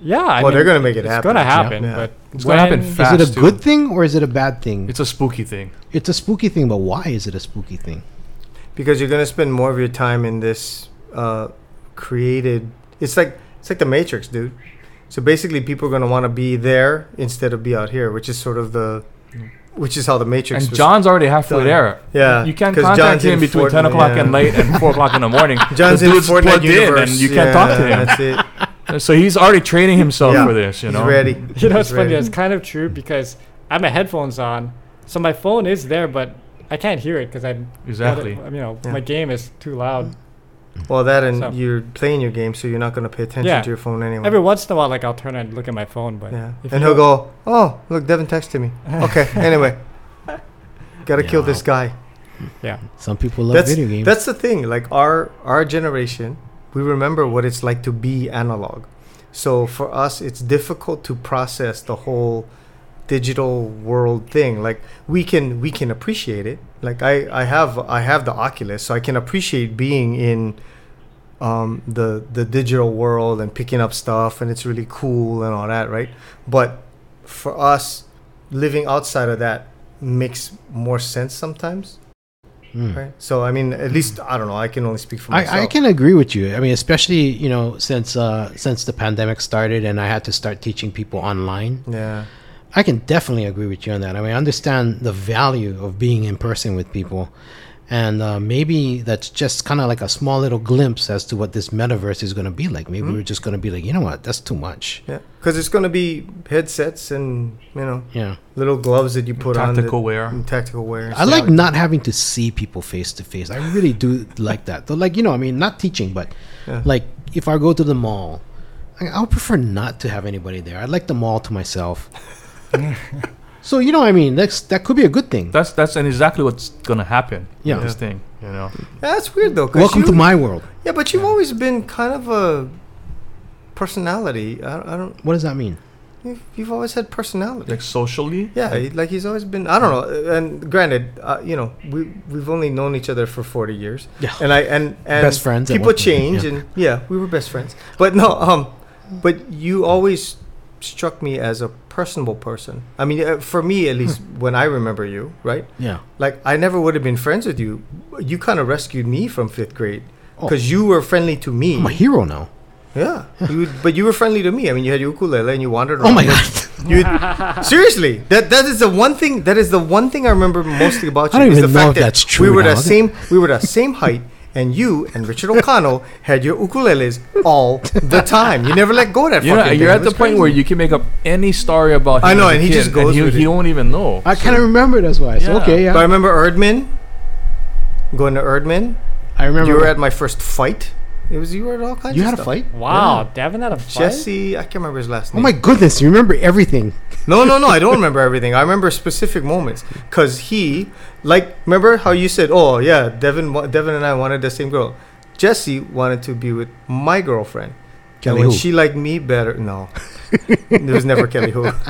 Yeah. I well, mean, they're gonna make it It's happen. gonna happen, Yeah. but It's gonna happen when- fast. is it a too. good thing or is it a bad thing? It's, It's a spooky thing. a spooky thing, but why is it a spooky thing? because you're gonna spend more of your time in this uh, created. It's like it's like the Matrix, dude. So basically, people are gonna want to be there instead of be out here, which is sort of the, Mm. which is how the Matrix. And was- John's already halfway done. there. Yeah, You can't 'cause contact John's him in between Fortnite, 10 o'clock yeah. at night and 4 o'clock in the morning. John's the in dude's Fortnite plugged universe. in and you can't talk to yeah, him. That's it. So he's already training himself Yeah. for this, you know? He's ready. You know, He's it's funny. ready. It's kind of true because I have my headphones on, so my phone is there, but I can't hear it because I'm Exactly. You know, Yeah. my game is too loud. Well, that and So- you're playing your game, so you're not gonna pay attention Yeah. to your phone anyway. Every once in a while, like I'll turn and look at my phone, but yeah. if And you he'll don't- go, "Oh, look, Devin texted me." Okay. anyway, gotta Yeah, kill wow. this guy. yeah, Some people love that's video games. that's the thing. Like our our generation, we remember what it's like to be analog. So for us, it's difficult to process the whole digital world thing. Like we can we can appreciate it. Like I I have I have the Oculus, so I can appreciate being in um, the the digital world and picking up stuff, and it's really cool and all that, right? But for us, living outside of that makes more sense sometimes. Mm. Right. So I mean, at least I don't know. I can only speak for myself. I, I can agree with you. I mean, especially you know since uh, since the pandemic started and I had to start teaching people online. Yeah. I can definitely agree with you on that. I mean, I understand the value of being in person with people, and uh, maybe that's just kind of like a small little glimpse as to what this metaverse is going to be like. Maybe Mm-hmm. we're just going to be like, you know what, that's too much. Yeah. Because it's gonna be headsets and you know Yeah, little gloves that you put Tactical on. wear. that- and Tactical wear. and I like stuff not having to see people face to face. I really do like that. Though, like you know, I mean, not teaching, but Yeah. like if I go to the mall, I, I'll prefer not to have anybody there. I like the mall to myself. so you know, I mean, that's that could be a good thing. That's that's and exactly what's gonna happen. Yeah. With this Yeah. thing. You know. Yeah, That's weird though. 'cause Welcome you, to my world. Yeah, but you've always been kind of a personality. I, I don't. What does that mean? You've, you've always had personality. Like socially. Yeah, he- like he's always been. I don't know. uh, And granted, uh, you know, we we've only known each other for forty years. Yeah. And I and and Best friends at People one point, change, yeah. and yeah, we were best friends. But no, um, but you always struck me as a personable person. I mean, uh, for me at least, Hmm. when I remember you, right? Yeah. Like I never would have been friends with you. You kind of rescued me from fifth grade Oh. because you were friendly to me. I'm a hero now. yeah. You, but you were friendly to me. I mean, you had your ukulele and you wandered around. Oh my with god. you seriously? That that is the one thing. That is the one thing I remember mostly about you. I don't is even the know fact if that that's We true were now. the same. We were the same height, and you and Richard O'Connell had your ukuleles all the time. You never let go of that. You're, fucking at- thing. you're It at the was point crazy. where you can make up any story about. I him know, as a and he kid, just goes he, with he it. won't even know. I kind of remember that's why. So Yeah. okay, yeah. But I remember Erdman. Going to Erdman, I remember you were at my first fight. It was you were at all kinds. You of had a stuff. fight? wow, Devin had a fight. Jesse, I can't remember his last Oh name. my goodness, you remember everything. No, no, no. I don't remember everything. I remember specific moments because he, like, remember how you said, "Oh yeah, Devin, wa- Devin and I wanted the same girl." Jesse wanted to be with my girlfriend, and Kelly when who? she liked me better, no, it was never Kelly who.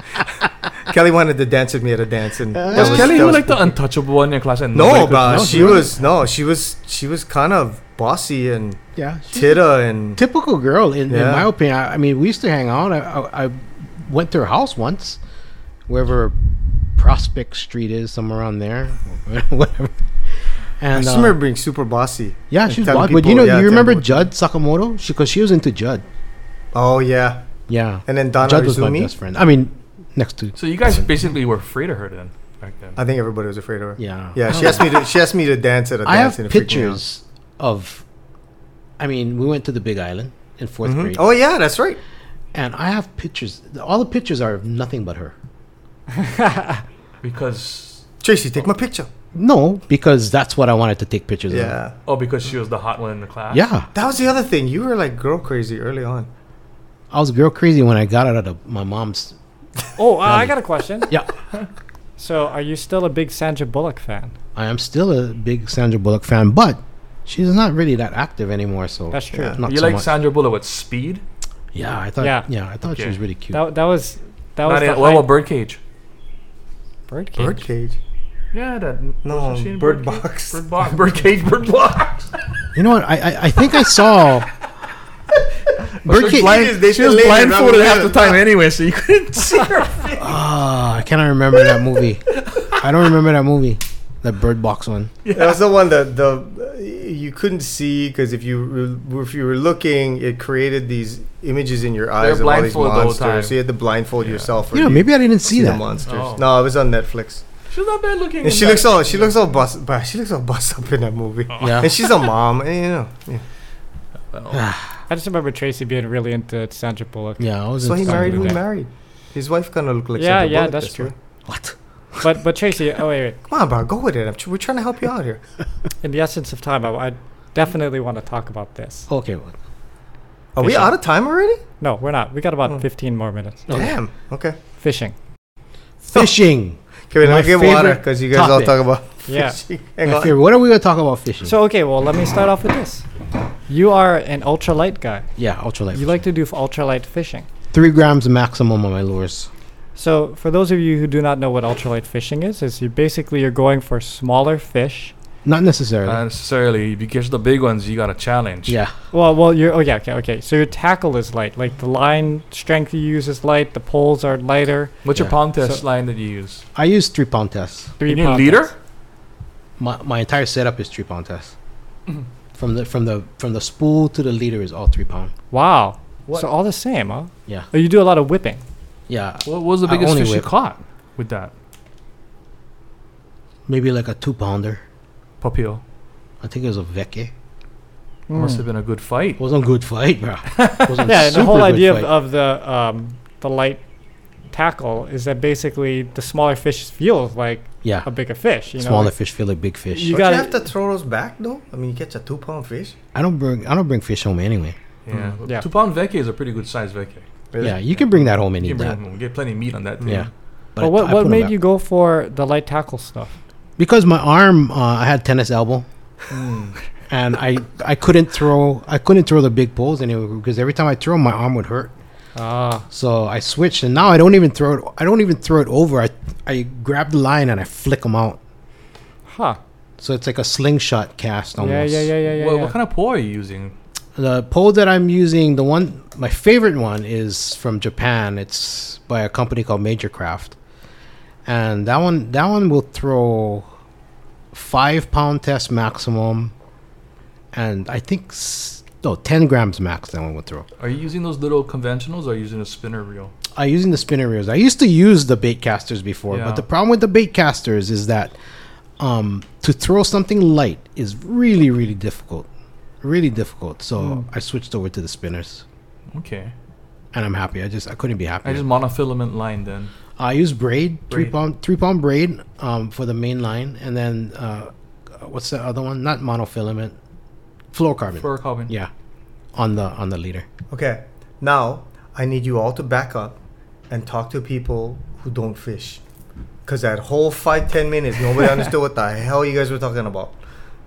Kelly wanted to dance with me at a dance, and Uh, that Was, Kelly that who was- like the untouchable one in your class? And nobody No, could- but no, she she was no, she was she was kind of bossy and Yeah. titta and Typical girl, in, in Yeah. my opinion. I, I mean, we used to hang out. I, I, I went to her house once, wherever Prospect Street is, somewhere around there, whatever. I And just uh, remember being super bossy. yeah, and she was telling wild. But you people- know, yeah, you remember telling- Judd Sakamoto? Because she, was into Judd. Oh yeah, Yeah. and then Donna Judd was my Izumi. best friend. I mean, next to So you guys basically were afraid of her then, back then. I think everybody was afraid of her. yeah. Yeah, Oh. she asked me to. She asked me to dance at a Oh. I dance. and have it freaked me out. pictures of. I mean, we went to the Big Island in 4th Mhm. Mm-hmm. grade, Oh yeah, that's right. and I have pictures. All the pictures are of nothing but her. Because Tracy, take my picture. No, because that's what I wanted to take pictures of. Yeah, oh, because she was the hot one in the class. Yeah, that was the other thing. You were like girl crazy early on. I was girl crazy when I got out of the, my mom's. Oh, uh, I got a question. Yeah, So, are you still a big Sandra Bullock fan? I am still a big Sandra Bullock fan, but she's not really that active anymore. So That's true. Yeah. Not You so like much. Sandra Bullock with Speed? yeah, I thought. Yeah, Yeah. I thought she Okay. was really cute. That that was that was Not Oh, the in, well, hype- Birdcage. Birdcage. Birdcage. Yeah, that. No, wasn't she in Oh, Bird Birdcage? Box. Bird Box. Birdcage. Bird Box. you know what? I I, I think I saw. Birdcage. blind- they she was delayed it, blindfolded I'm half the time anyway, so you couldn't see her. Ah, I cannot remember that movie. I don't remember that movie. The Bird Box one. That was the one that the you couldn't see because if you were, if you were looking, it created these images in your eyes of all these blindfolded the whole monsters. time. So you had to blindfold yourself. or You know, maybe I didn't see see the that. monsters. Oh. No, it was on Netflix. She's not bad looking. And she looks all she looks all bust, but she looks all bust up in that movie. Oh. Yeah. And she's a mom, and you know. yeah. I just remember Tracy being really into Sandra Bullock. Yeah, I was. So he into- married who he Yeah. married. His wife kind of looked like yeah, Sandra yeah, Bullock that's this true. way. What? But but Tracy, oh wait, wait. Come on, bro, go with it. I'm tr- we're trying to help you out here. In the essence of time, I, I definitely want to talk about this. Okay. Well, Are we Fishing. out of time already? No, we're not. We got about Oh. 15 more minutes. Okay. Damn. Okay. Fishing. fishing. Okay, wait, My let me get water favorite because you guys all topic. talk about Yeah. fishing. Hang My on. favorite. What are we gonna talk about fishing? So okay, well let me start off with this. You are an ultralight guy. yeah, ultralight. You like to do f- ultralight fishing. three grams maximum on my lures. So for those of you who do not know what ultralight fishing is, is you basically you're going for smaller fish. Not necessarily. Not necessarily because the big ones you got a challenge. yeah. Well, well, you're oh yeah, okay, okay. So your tackle is light, like the line strength you use is light. The poles are lighter. What's your Yeah. pound test So- line that you use? I use three pound test. Three You need a pound leader? test. My, my entire setup is three pound test. from the from the from the spool to the leader is all three pound. Wow. What- So all the same, huh? Yeah. Oh, you do a lot of whipping. Yeah. What was the I biggest only fish you whip. caught with that Maybe like a two pounder. papil? I think it was a veke. Hmm. Must have been a good fight. It wasn't a good fight, bro. Yeah, and the whole idea of, uh, of the um, the light tackle is that basically the smaller fish feels like yeah, a bigger fish. You know, smaller like- fish feel like big fish. You Don't gotta- you have to throw those back though? I mean, you catch a two pound fish. I don't bring I don't bring fish home anyway. Yeah. Yeah. Two pound veke is a pretty good size veke. Really? Yeah, you can bring that home and You can eat bring that. them home, Mm-hmm. get plenty of meat on that thing. Yeah. But I- what, I put what 'em made back. you go for the light tackle stuff? Because my arm, uh, I had tennis elbow, Hmm. and I I couldn't throw I couldn't throw the big poles anyway because every time I throw 'em, my arm would hurt. Ah, So I switched, and now I don't even throw it. I don't even throw it over. I I grab the line and I flick them out. huh. So it's like a slingshot cast almost. Yeah, yeah, yeah, yeah, yeah. Well, yeah. what kind of pole are you using? The pole that I'm using, the one my favorite one is from Japan. It's by a company called Major Craft, and that one that one will throw five pound test maximum, and I think s- no ten grams max. That one will throw. Are you using those little conventionals or are you using a spinner reel? I using the spinner reels. I used to use the bait casters before, Yeah. but the problem with the bait casters is that um, to throw something light is really really difficult, really difficult. So I switched over to the spinners, Okay. and I'm happy. I just I couldn't be happy. I I, just monofilament line then. use braid, three Braid. pound three pound braid um, for the main line, and then uh, what's the other one? Not monofilament, fluorocarbon. Fluorocarbon. yeah, on the on the leader. Okay. Now I need you all to back up and talk to people who don't fish, because that whole five ten minutes nobody understood what the hell you guys were talking about.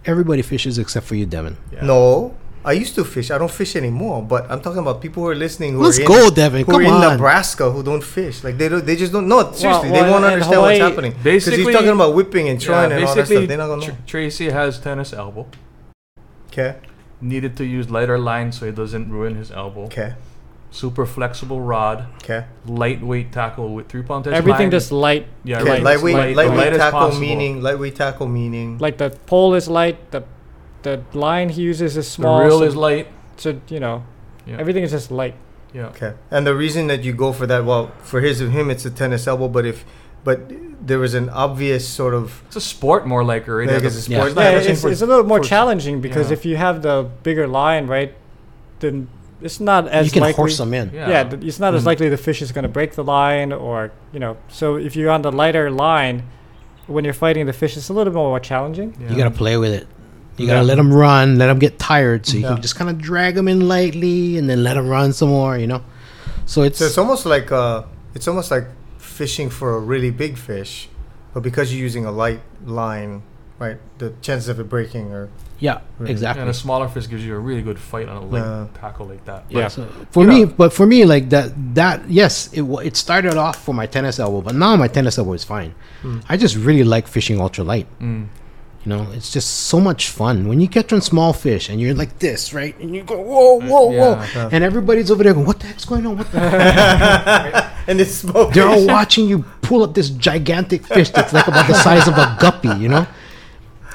Everybody fishes except for you, Devin. Yeah. No, I used to fish. I don't fish anymore. But I'm talking about people who are listening who Let's are in, go, Devin. who Come are in on. Nebraska who don't fish. Like they don't. They just don't. No, seriously, well, they won't in understand Hawaii, what's happening. Because he's basically- talking about whipping and Yeah, trying and all that basically, stuff. They're not gonna know. Tr- Tracy has tennis elbow. Okay. Needed to use lighter line so it doesn't ruin his elbow. Okay. Super flexible rod. Okay. Lightweight tackle with three pound test. Everything line. just light. Yeah, Okay, light- lightweight, light- lightweight light as tackle possible. meaning, lightweight tackle meaning. Like the pole is light. The the line he uses is the small. reel so, is light. so, you know, Yeah. everything is just light. Yeah. okay, and the reason that you go for that, well, for his him, it's a tennis elbow, but if, but there was an obvious sort of It's a sport more like or it Like has it's a a- sport. it's not Yeah, fishing it's, for- it's a little more for- challenging because yeah. if you have the bigger line, right, then it's not as you can likely. horse them in. yeah, th- it's not as Mm. likely the fish is going to break the line or you know. So if you're on the lighter line, when you're fighting the fish, it's a little bit more challenging. Yeah. You gotta play with it. You gotta Yeah. let them run, let them get tired, so you Yeah. can just kind of drag them in lightly and then let them run some more. You know, so it's, So it's almost like uh, it's almost like fishing for a really big fish, but because you're using a light line, right, the chances of it breaking are. yeah, Right. exactly. And a smaller fish gives you a really good fight on a light Yeah. tackle like that. Yeah. So for You me, know- but for me, like that, that yes, it wa- it started off for my tennis elbow, but now my tennis elbow is fine. Hmm. I just really like fishing ultralight. Mm. You know, it's just so much fun when you catch on small fish and you're like this, right? And you go whoa, whoa, yeah. whoa, and everybody's over there going, "What the heck's going on? What the and it's smoke. They're all watching you pull up this gigantic fish that's like about the size of a guppy, you know?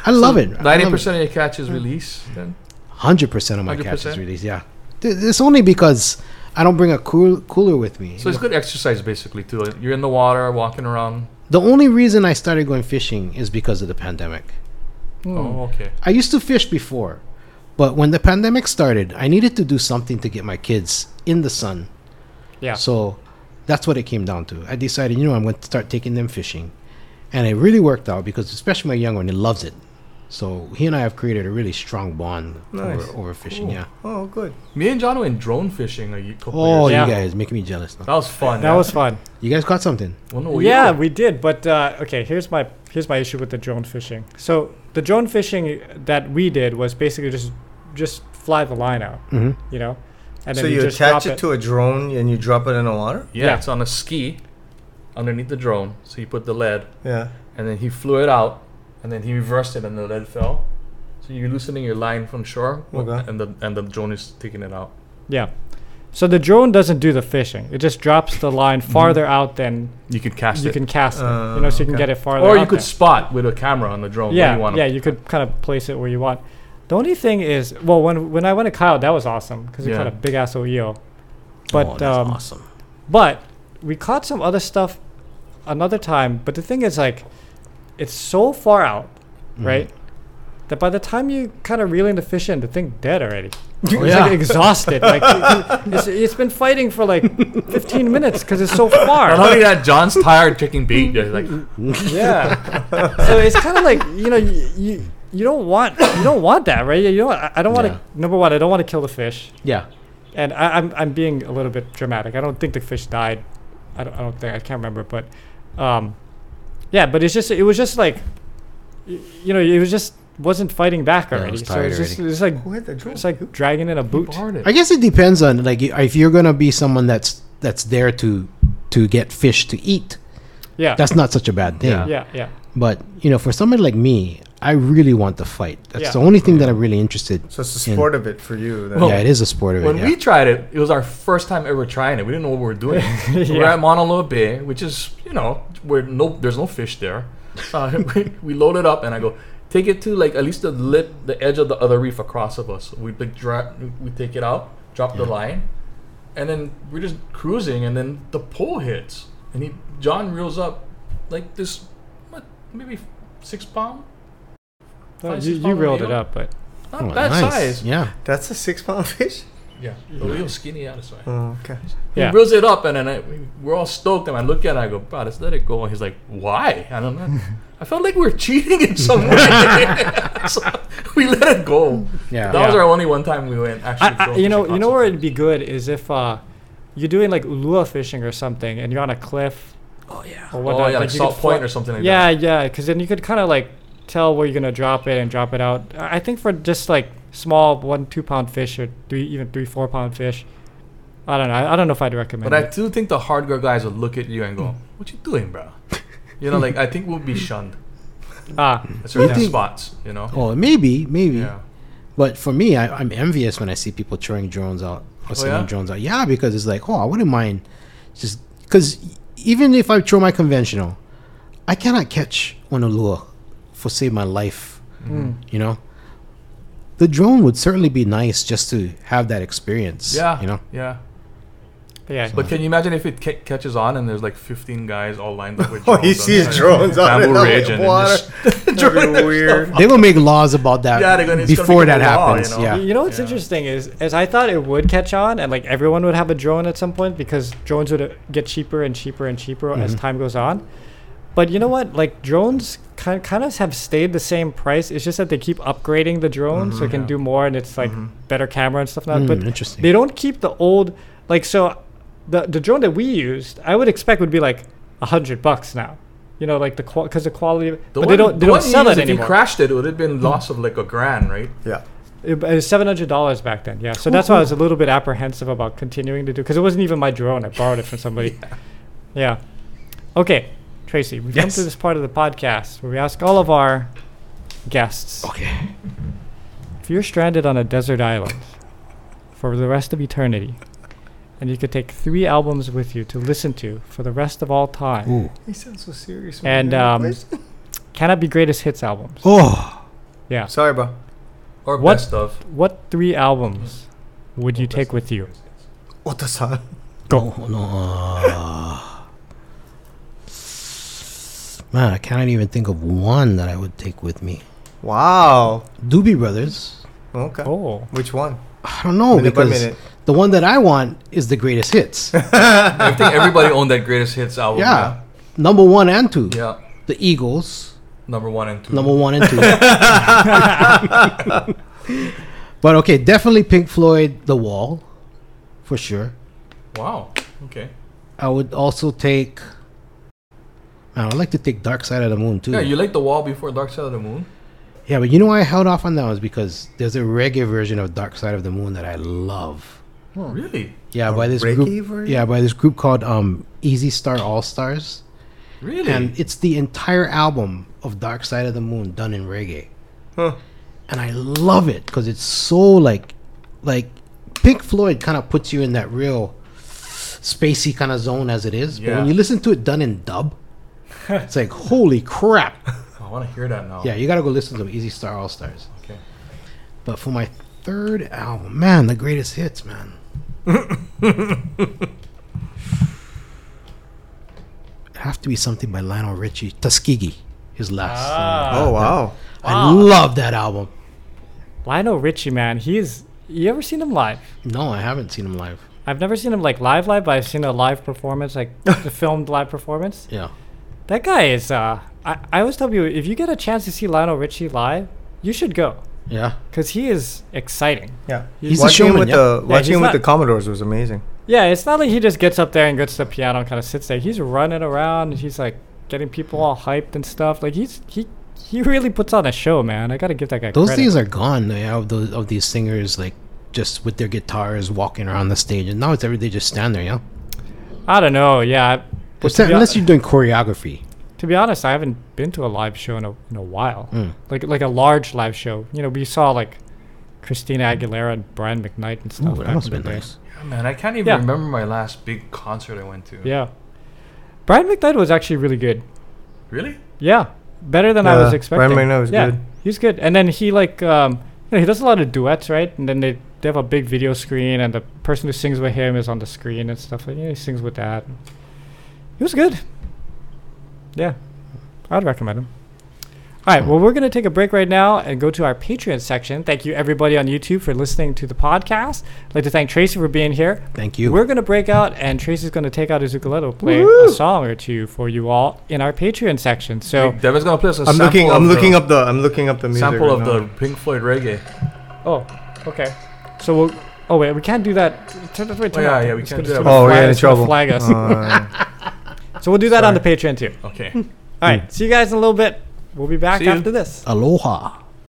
I love it. I Ninety love percent of your catches release. Then it. 100% of my 100%? catches release, yeah. Th- It's only because I don't bring a cool, cooler with me. so it's good exercise basically too. You're in the water, walking around. the only reason I started going fishing is because of the pandemic. Hmm. Oh, okay. I used to fish before, but when the pandemic started, I needed to do something to get my kids in the sun. Yeah. So that's what it came down to. I decided, you know, I'm going to start taking them fishing. And it really worked out because, especially my young one, he loves it. So he and I have created a really strong bond Nice. over, over fishing. Cool. Yeah. Oh, good. Me and John went drone fishing a ye- couple Oh, years. Yeah. you guys making me jealous now. That was fun. That yeah. was fun. You guys caught something. Well, no, yeah, we did. But uh, okay, here's my here's my issue with the drone fishing. So the drone fishing that we did was basically just just fly the line out, Mm-hmm. you know, and so you, attach it, to a drone and you drop it in the water. yeah, yeah. it's on a ski underneath the drone. So he put the lead, Yeah. and then he flew it out, and then he reversed it, and the lead fell. So you're loosening your line from shore, Okay. and the and the drone is taking it out. yeah. So the drone doesn't do the fishing. It just drops the line farther out than You could Mm-hmm. cast you it, can cast it. You Uh, know, so you can okay. get it farther. or you out could there. spot with a camera on the drone. where yeah, you want yeah, you could kind of place it where you want. The only thing is, well, when when I went to Kyle, that was awesome because we Yeah. caught a big ass OEO. But oh, that's um, awesome. but we caught some other stuff another time. But the thing is, like, it's so far out, right? That by the time you kind of reel in the fish in, the thing dead already. it's Oh, yeah. like exhausted. like it- it's, it's been fighting for like 15 minutes because it's so far. Not only that, John's tired taking bait. Yeah, like Yeah. so it's kind of like you know you, you you don't want you don't want that right? You know I, I don't want to Yeah. number one I don't want to kill the fish, Yeah. and I, I'm I'm being a little bit dramatic. I don't think the fish died. I don't, I don't think I can't remember, but um, yeah. But it's just it was just like y- you know it was just wasn't fighting back Yeah, it already. was so tired it's just already. it's like Who had the drone? it's like dragging in a boot. borrowed it. I guess it depends on like y- if you're gonna be someone that's that's there to to get fish to eat. Yeah. That's not such a bad thing. Yeah. yeah, yeah, But you know, for somebody like me, I really want to fight. That's Yeah. the only thing that I'm really interested. so it's the in. sport of it for you. Then. yeah, it is a sport of it. Oh, When yeah. we tried it, it was our first time ever trying it. We didn't know what we were doing. We were Yeah. at Mauna Loa Bay, which is you know where no there's no fish there. Uh, we, we load it up, and I go take it to like at least the lip, the edge of the other reef across of us. We big dra- we take it out, drop the line, and then we're just cruising, and then the pole hits, and he John reels up like this, what maybe six pound, No, Five, you, six you pound reeled it reel? up, but not Oh, that nice. size. Yeah. That's a six pound fish. Yeah, the real skinny out of size. Oh, okay. yeah, He reels it up, and then I, we- we're all stoked. And I look at it, I go, bro, let's let it go. And he's like, why? And I'm like, I felt like we were cheating in some way. so we let it go. Yeah. That was Yeah. our only one time we went actually. I, I, drone you know, fishing you know outside. where it'd be good is if uh, you're doing like ulua fishing or something, and you're on a cliff. Oh yeah. Or Oh whatnot, yeah, like like you Salt could Point fly- or something like yeah, that. yeah, because then you could kind of like tell where you're gonna drop it and drop it out. I I think for just like small one, two pound fish or three, even three, four pound fish. I don't know. I, I don't know if I'd recommend But I it. do think the hardcore guys would look at you and go, "What you doing, bro?" You know, like I think we'll be shunned ah, at certain think- spots. You know. Oh, maybe, maybe. Yeah. But for me, I, I'm envious when I see people throwing drones out or sending Oh, yeah? drones out. Yeah, because it's like, oh, I wouldn't mind just because even if I throw my conventional, I cannot catch on a lure for save my life. mm, You know, the drone would certainly be nice just to have that experience. Yeah. you know. Yeah. but yeah. But can you imagine if it ca- catches on and there's like 15 guys all lined up with Oh, drones? he on sees the- drones on Bamboo it, Ridge and on then the water. just- That'd be weird. They will make laws about that Yeah, they're gonna- it's gonna before become that a law, you happens. know? Y- Yeah, You know what's Yeah. interesting is, is I thought it would catch on, and like everyone would have a drone at some point because drones would uh, get cheaper and cheaper and cheaper as time goes on. But you know what? Like drones kind kind of have stayed the same price. It's just that they keep upgrading the drone so it can Yeah. do more and it's like better camera and stuff now. Mm, but interesting. they don't keep the old like so. The the drone that we used, I would expect would be like a hundred bucks now. You know, like the because the quality, of- but they don't they the don't one sell is it if you anymore. crashed it, it would have been loss of like a grand, right? Yeah. It, it was seven hundred dollars back then. Yeah, so that's why I was a little bit apprehensive about continuing to do because it wasn't even my drone. I borrowed it from somebody. yeah. Okay, Tracy, we've come to Yes. this part of the podcast where we ask all of our guests okay. if you're stranded on a desert island for the rest of eternity, and you could take three albums with you to listen to for the rest of all time, Ooh. He sounds so serious. when And, you're in um, place. can it be greatest hits albums? Oh, Yeah. sorry, bro. Or What? best of. What three albums would you best take of. with you? Otasan. Go. no, uh, man, I can't even think of one that I would take with me. Wow. Doobie Brothers. Okay. Oh. Which one? I don't know Minute by Oh, because minute. the one that I want is the greatest hits. Oh, I think everybody owned that greatest hits album. yeah, number one and two. Yeah. The Eagles, Number one and two. number one and two. but okay, definitely Pink Floyd, The Wall, for sure. Wow. Okay. I would also take. I would like to take Dark Side of the Moon too. Yeah, you like the wall before Dark Side of the Moon. Yeah, but you know why I held off on that was because there's a reggae version of Dark Side of the Moon that I love. Hmm. Really? Yeah, by this reggae group. version? Yeah, by this group called um, Easy Star All Stars, Really? and it's the entire album of Dark Side of the Moon done in reggae, Huh. and I love it because it's so like, like Pink Floyd kind of puts you in that real spacey kind of zone as it is. But when Yeah. you listen to it done in dub, it's like holy crap! I want to hear that now. Yeah, you got to go listen to Easy Star All Stars. Okay. But for my third album, man, the greatest hits, man. It'd have to be something by Lionel Richie, Tuskegee, his last. Ah. Uh, Oh wow. I love that album. Lionel Richie, man, he's. You ever seen him live? No, I haven't seen him live. I've never seen him like live, live, but I've seen a live performance, like a filmed live performance. Yeah, That guy is. Uh, I, I always tell people if you get a chance to see Lionel Richie live, you should go yeah. because he is exciting. Yeah. He's a watching him showman, with yeah. the Yeah, he's watching him with not- the Commodores was amazing. Yeah, it's not like he just gets up there and gets the piano and kind of sits there. He's running around. He's like getting people all hyped and stuff. Like he's he he really puts on a show, man. I gotta give that guy Those credit. days are gone yeah, of those of these singers like just with their guitars walking around the stage, and now it's every they just stand there, yeah. I don't know. Yeah, but to, Except, be, unless you're doing choreography. to be honest, I haven't been to a live show in a in a while. Hmm. Like like a large live show. You know, we saw like Christina Aguilera and Brian McKnight and Ooh, stuff. that back must in have the been day. nice. Yeah, man, I can't even Yeah. remember my last big concert I went to. Yeah, Brian McKnight was actually really good. Really? Yeah, better than I Yeah, was Brian expecting. McKnight was yeah, good. He's good, and then he like um, you know, he does a lot of duets, right? And then they they have a big video screen, and the person who sings with him is on the screen and stuff. Like you know, he sings with that. He was good. Yeah, I'd recommend him. All right, well, we're going to take a break right now and go to our Patreon section. Thank you, everybody on YouTube, for listening to the podcast. I'd like to thank Tracy for being here. Thank you. We're going to break out, and Tracy's going to take out his ukulele, play a song or two for you all in our Patreon section. So, Like, Devin's gonna play us a I'm sample looking. of I'm the- looking up the. I'm looking up the music. sample right of the now. Pink Floyd reggae. oh, okay. So we'll. Oh wait, we can't do that. Turn, turn, turn Oh, yeah, off. yeah, we It's can't gonna- it's do that. Oh, gonna Oh, we're flag- in it's gonna trouble. Flag us. Uh, so we'll do that on the Patreon too. Okay. Hmm. All right, see you guys in a little bit. We'll be back See you. after this. Aloha.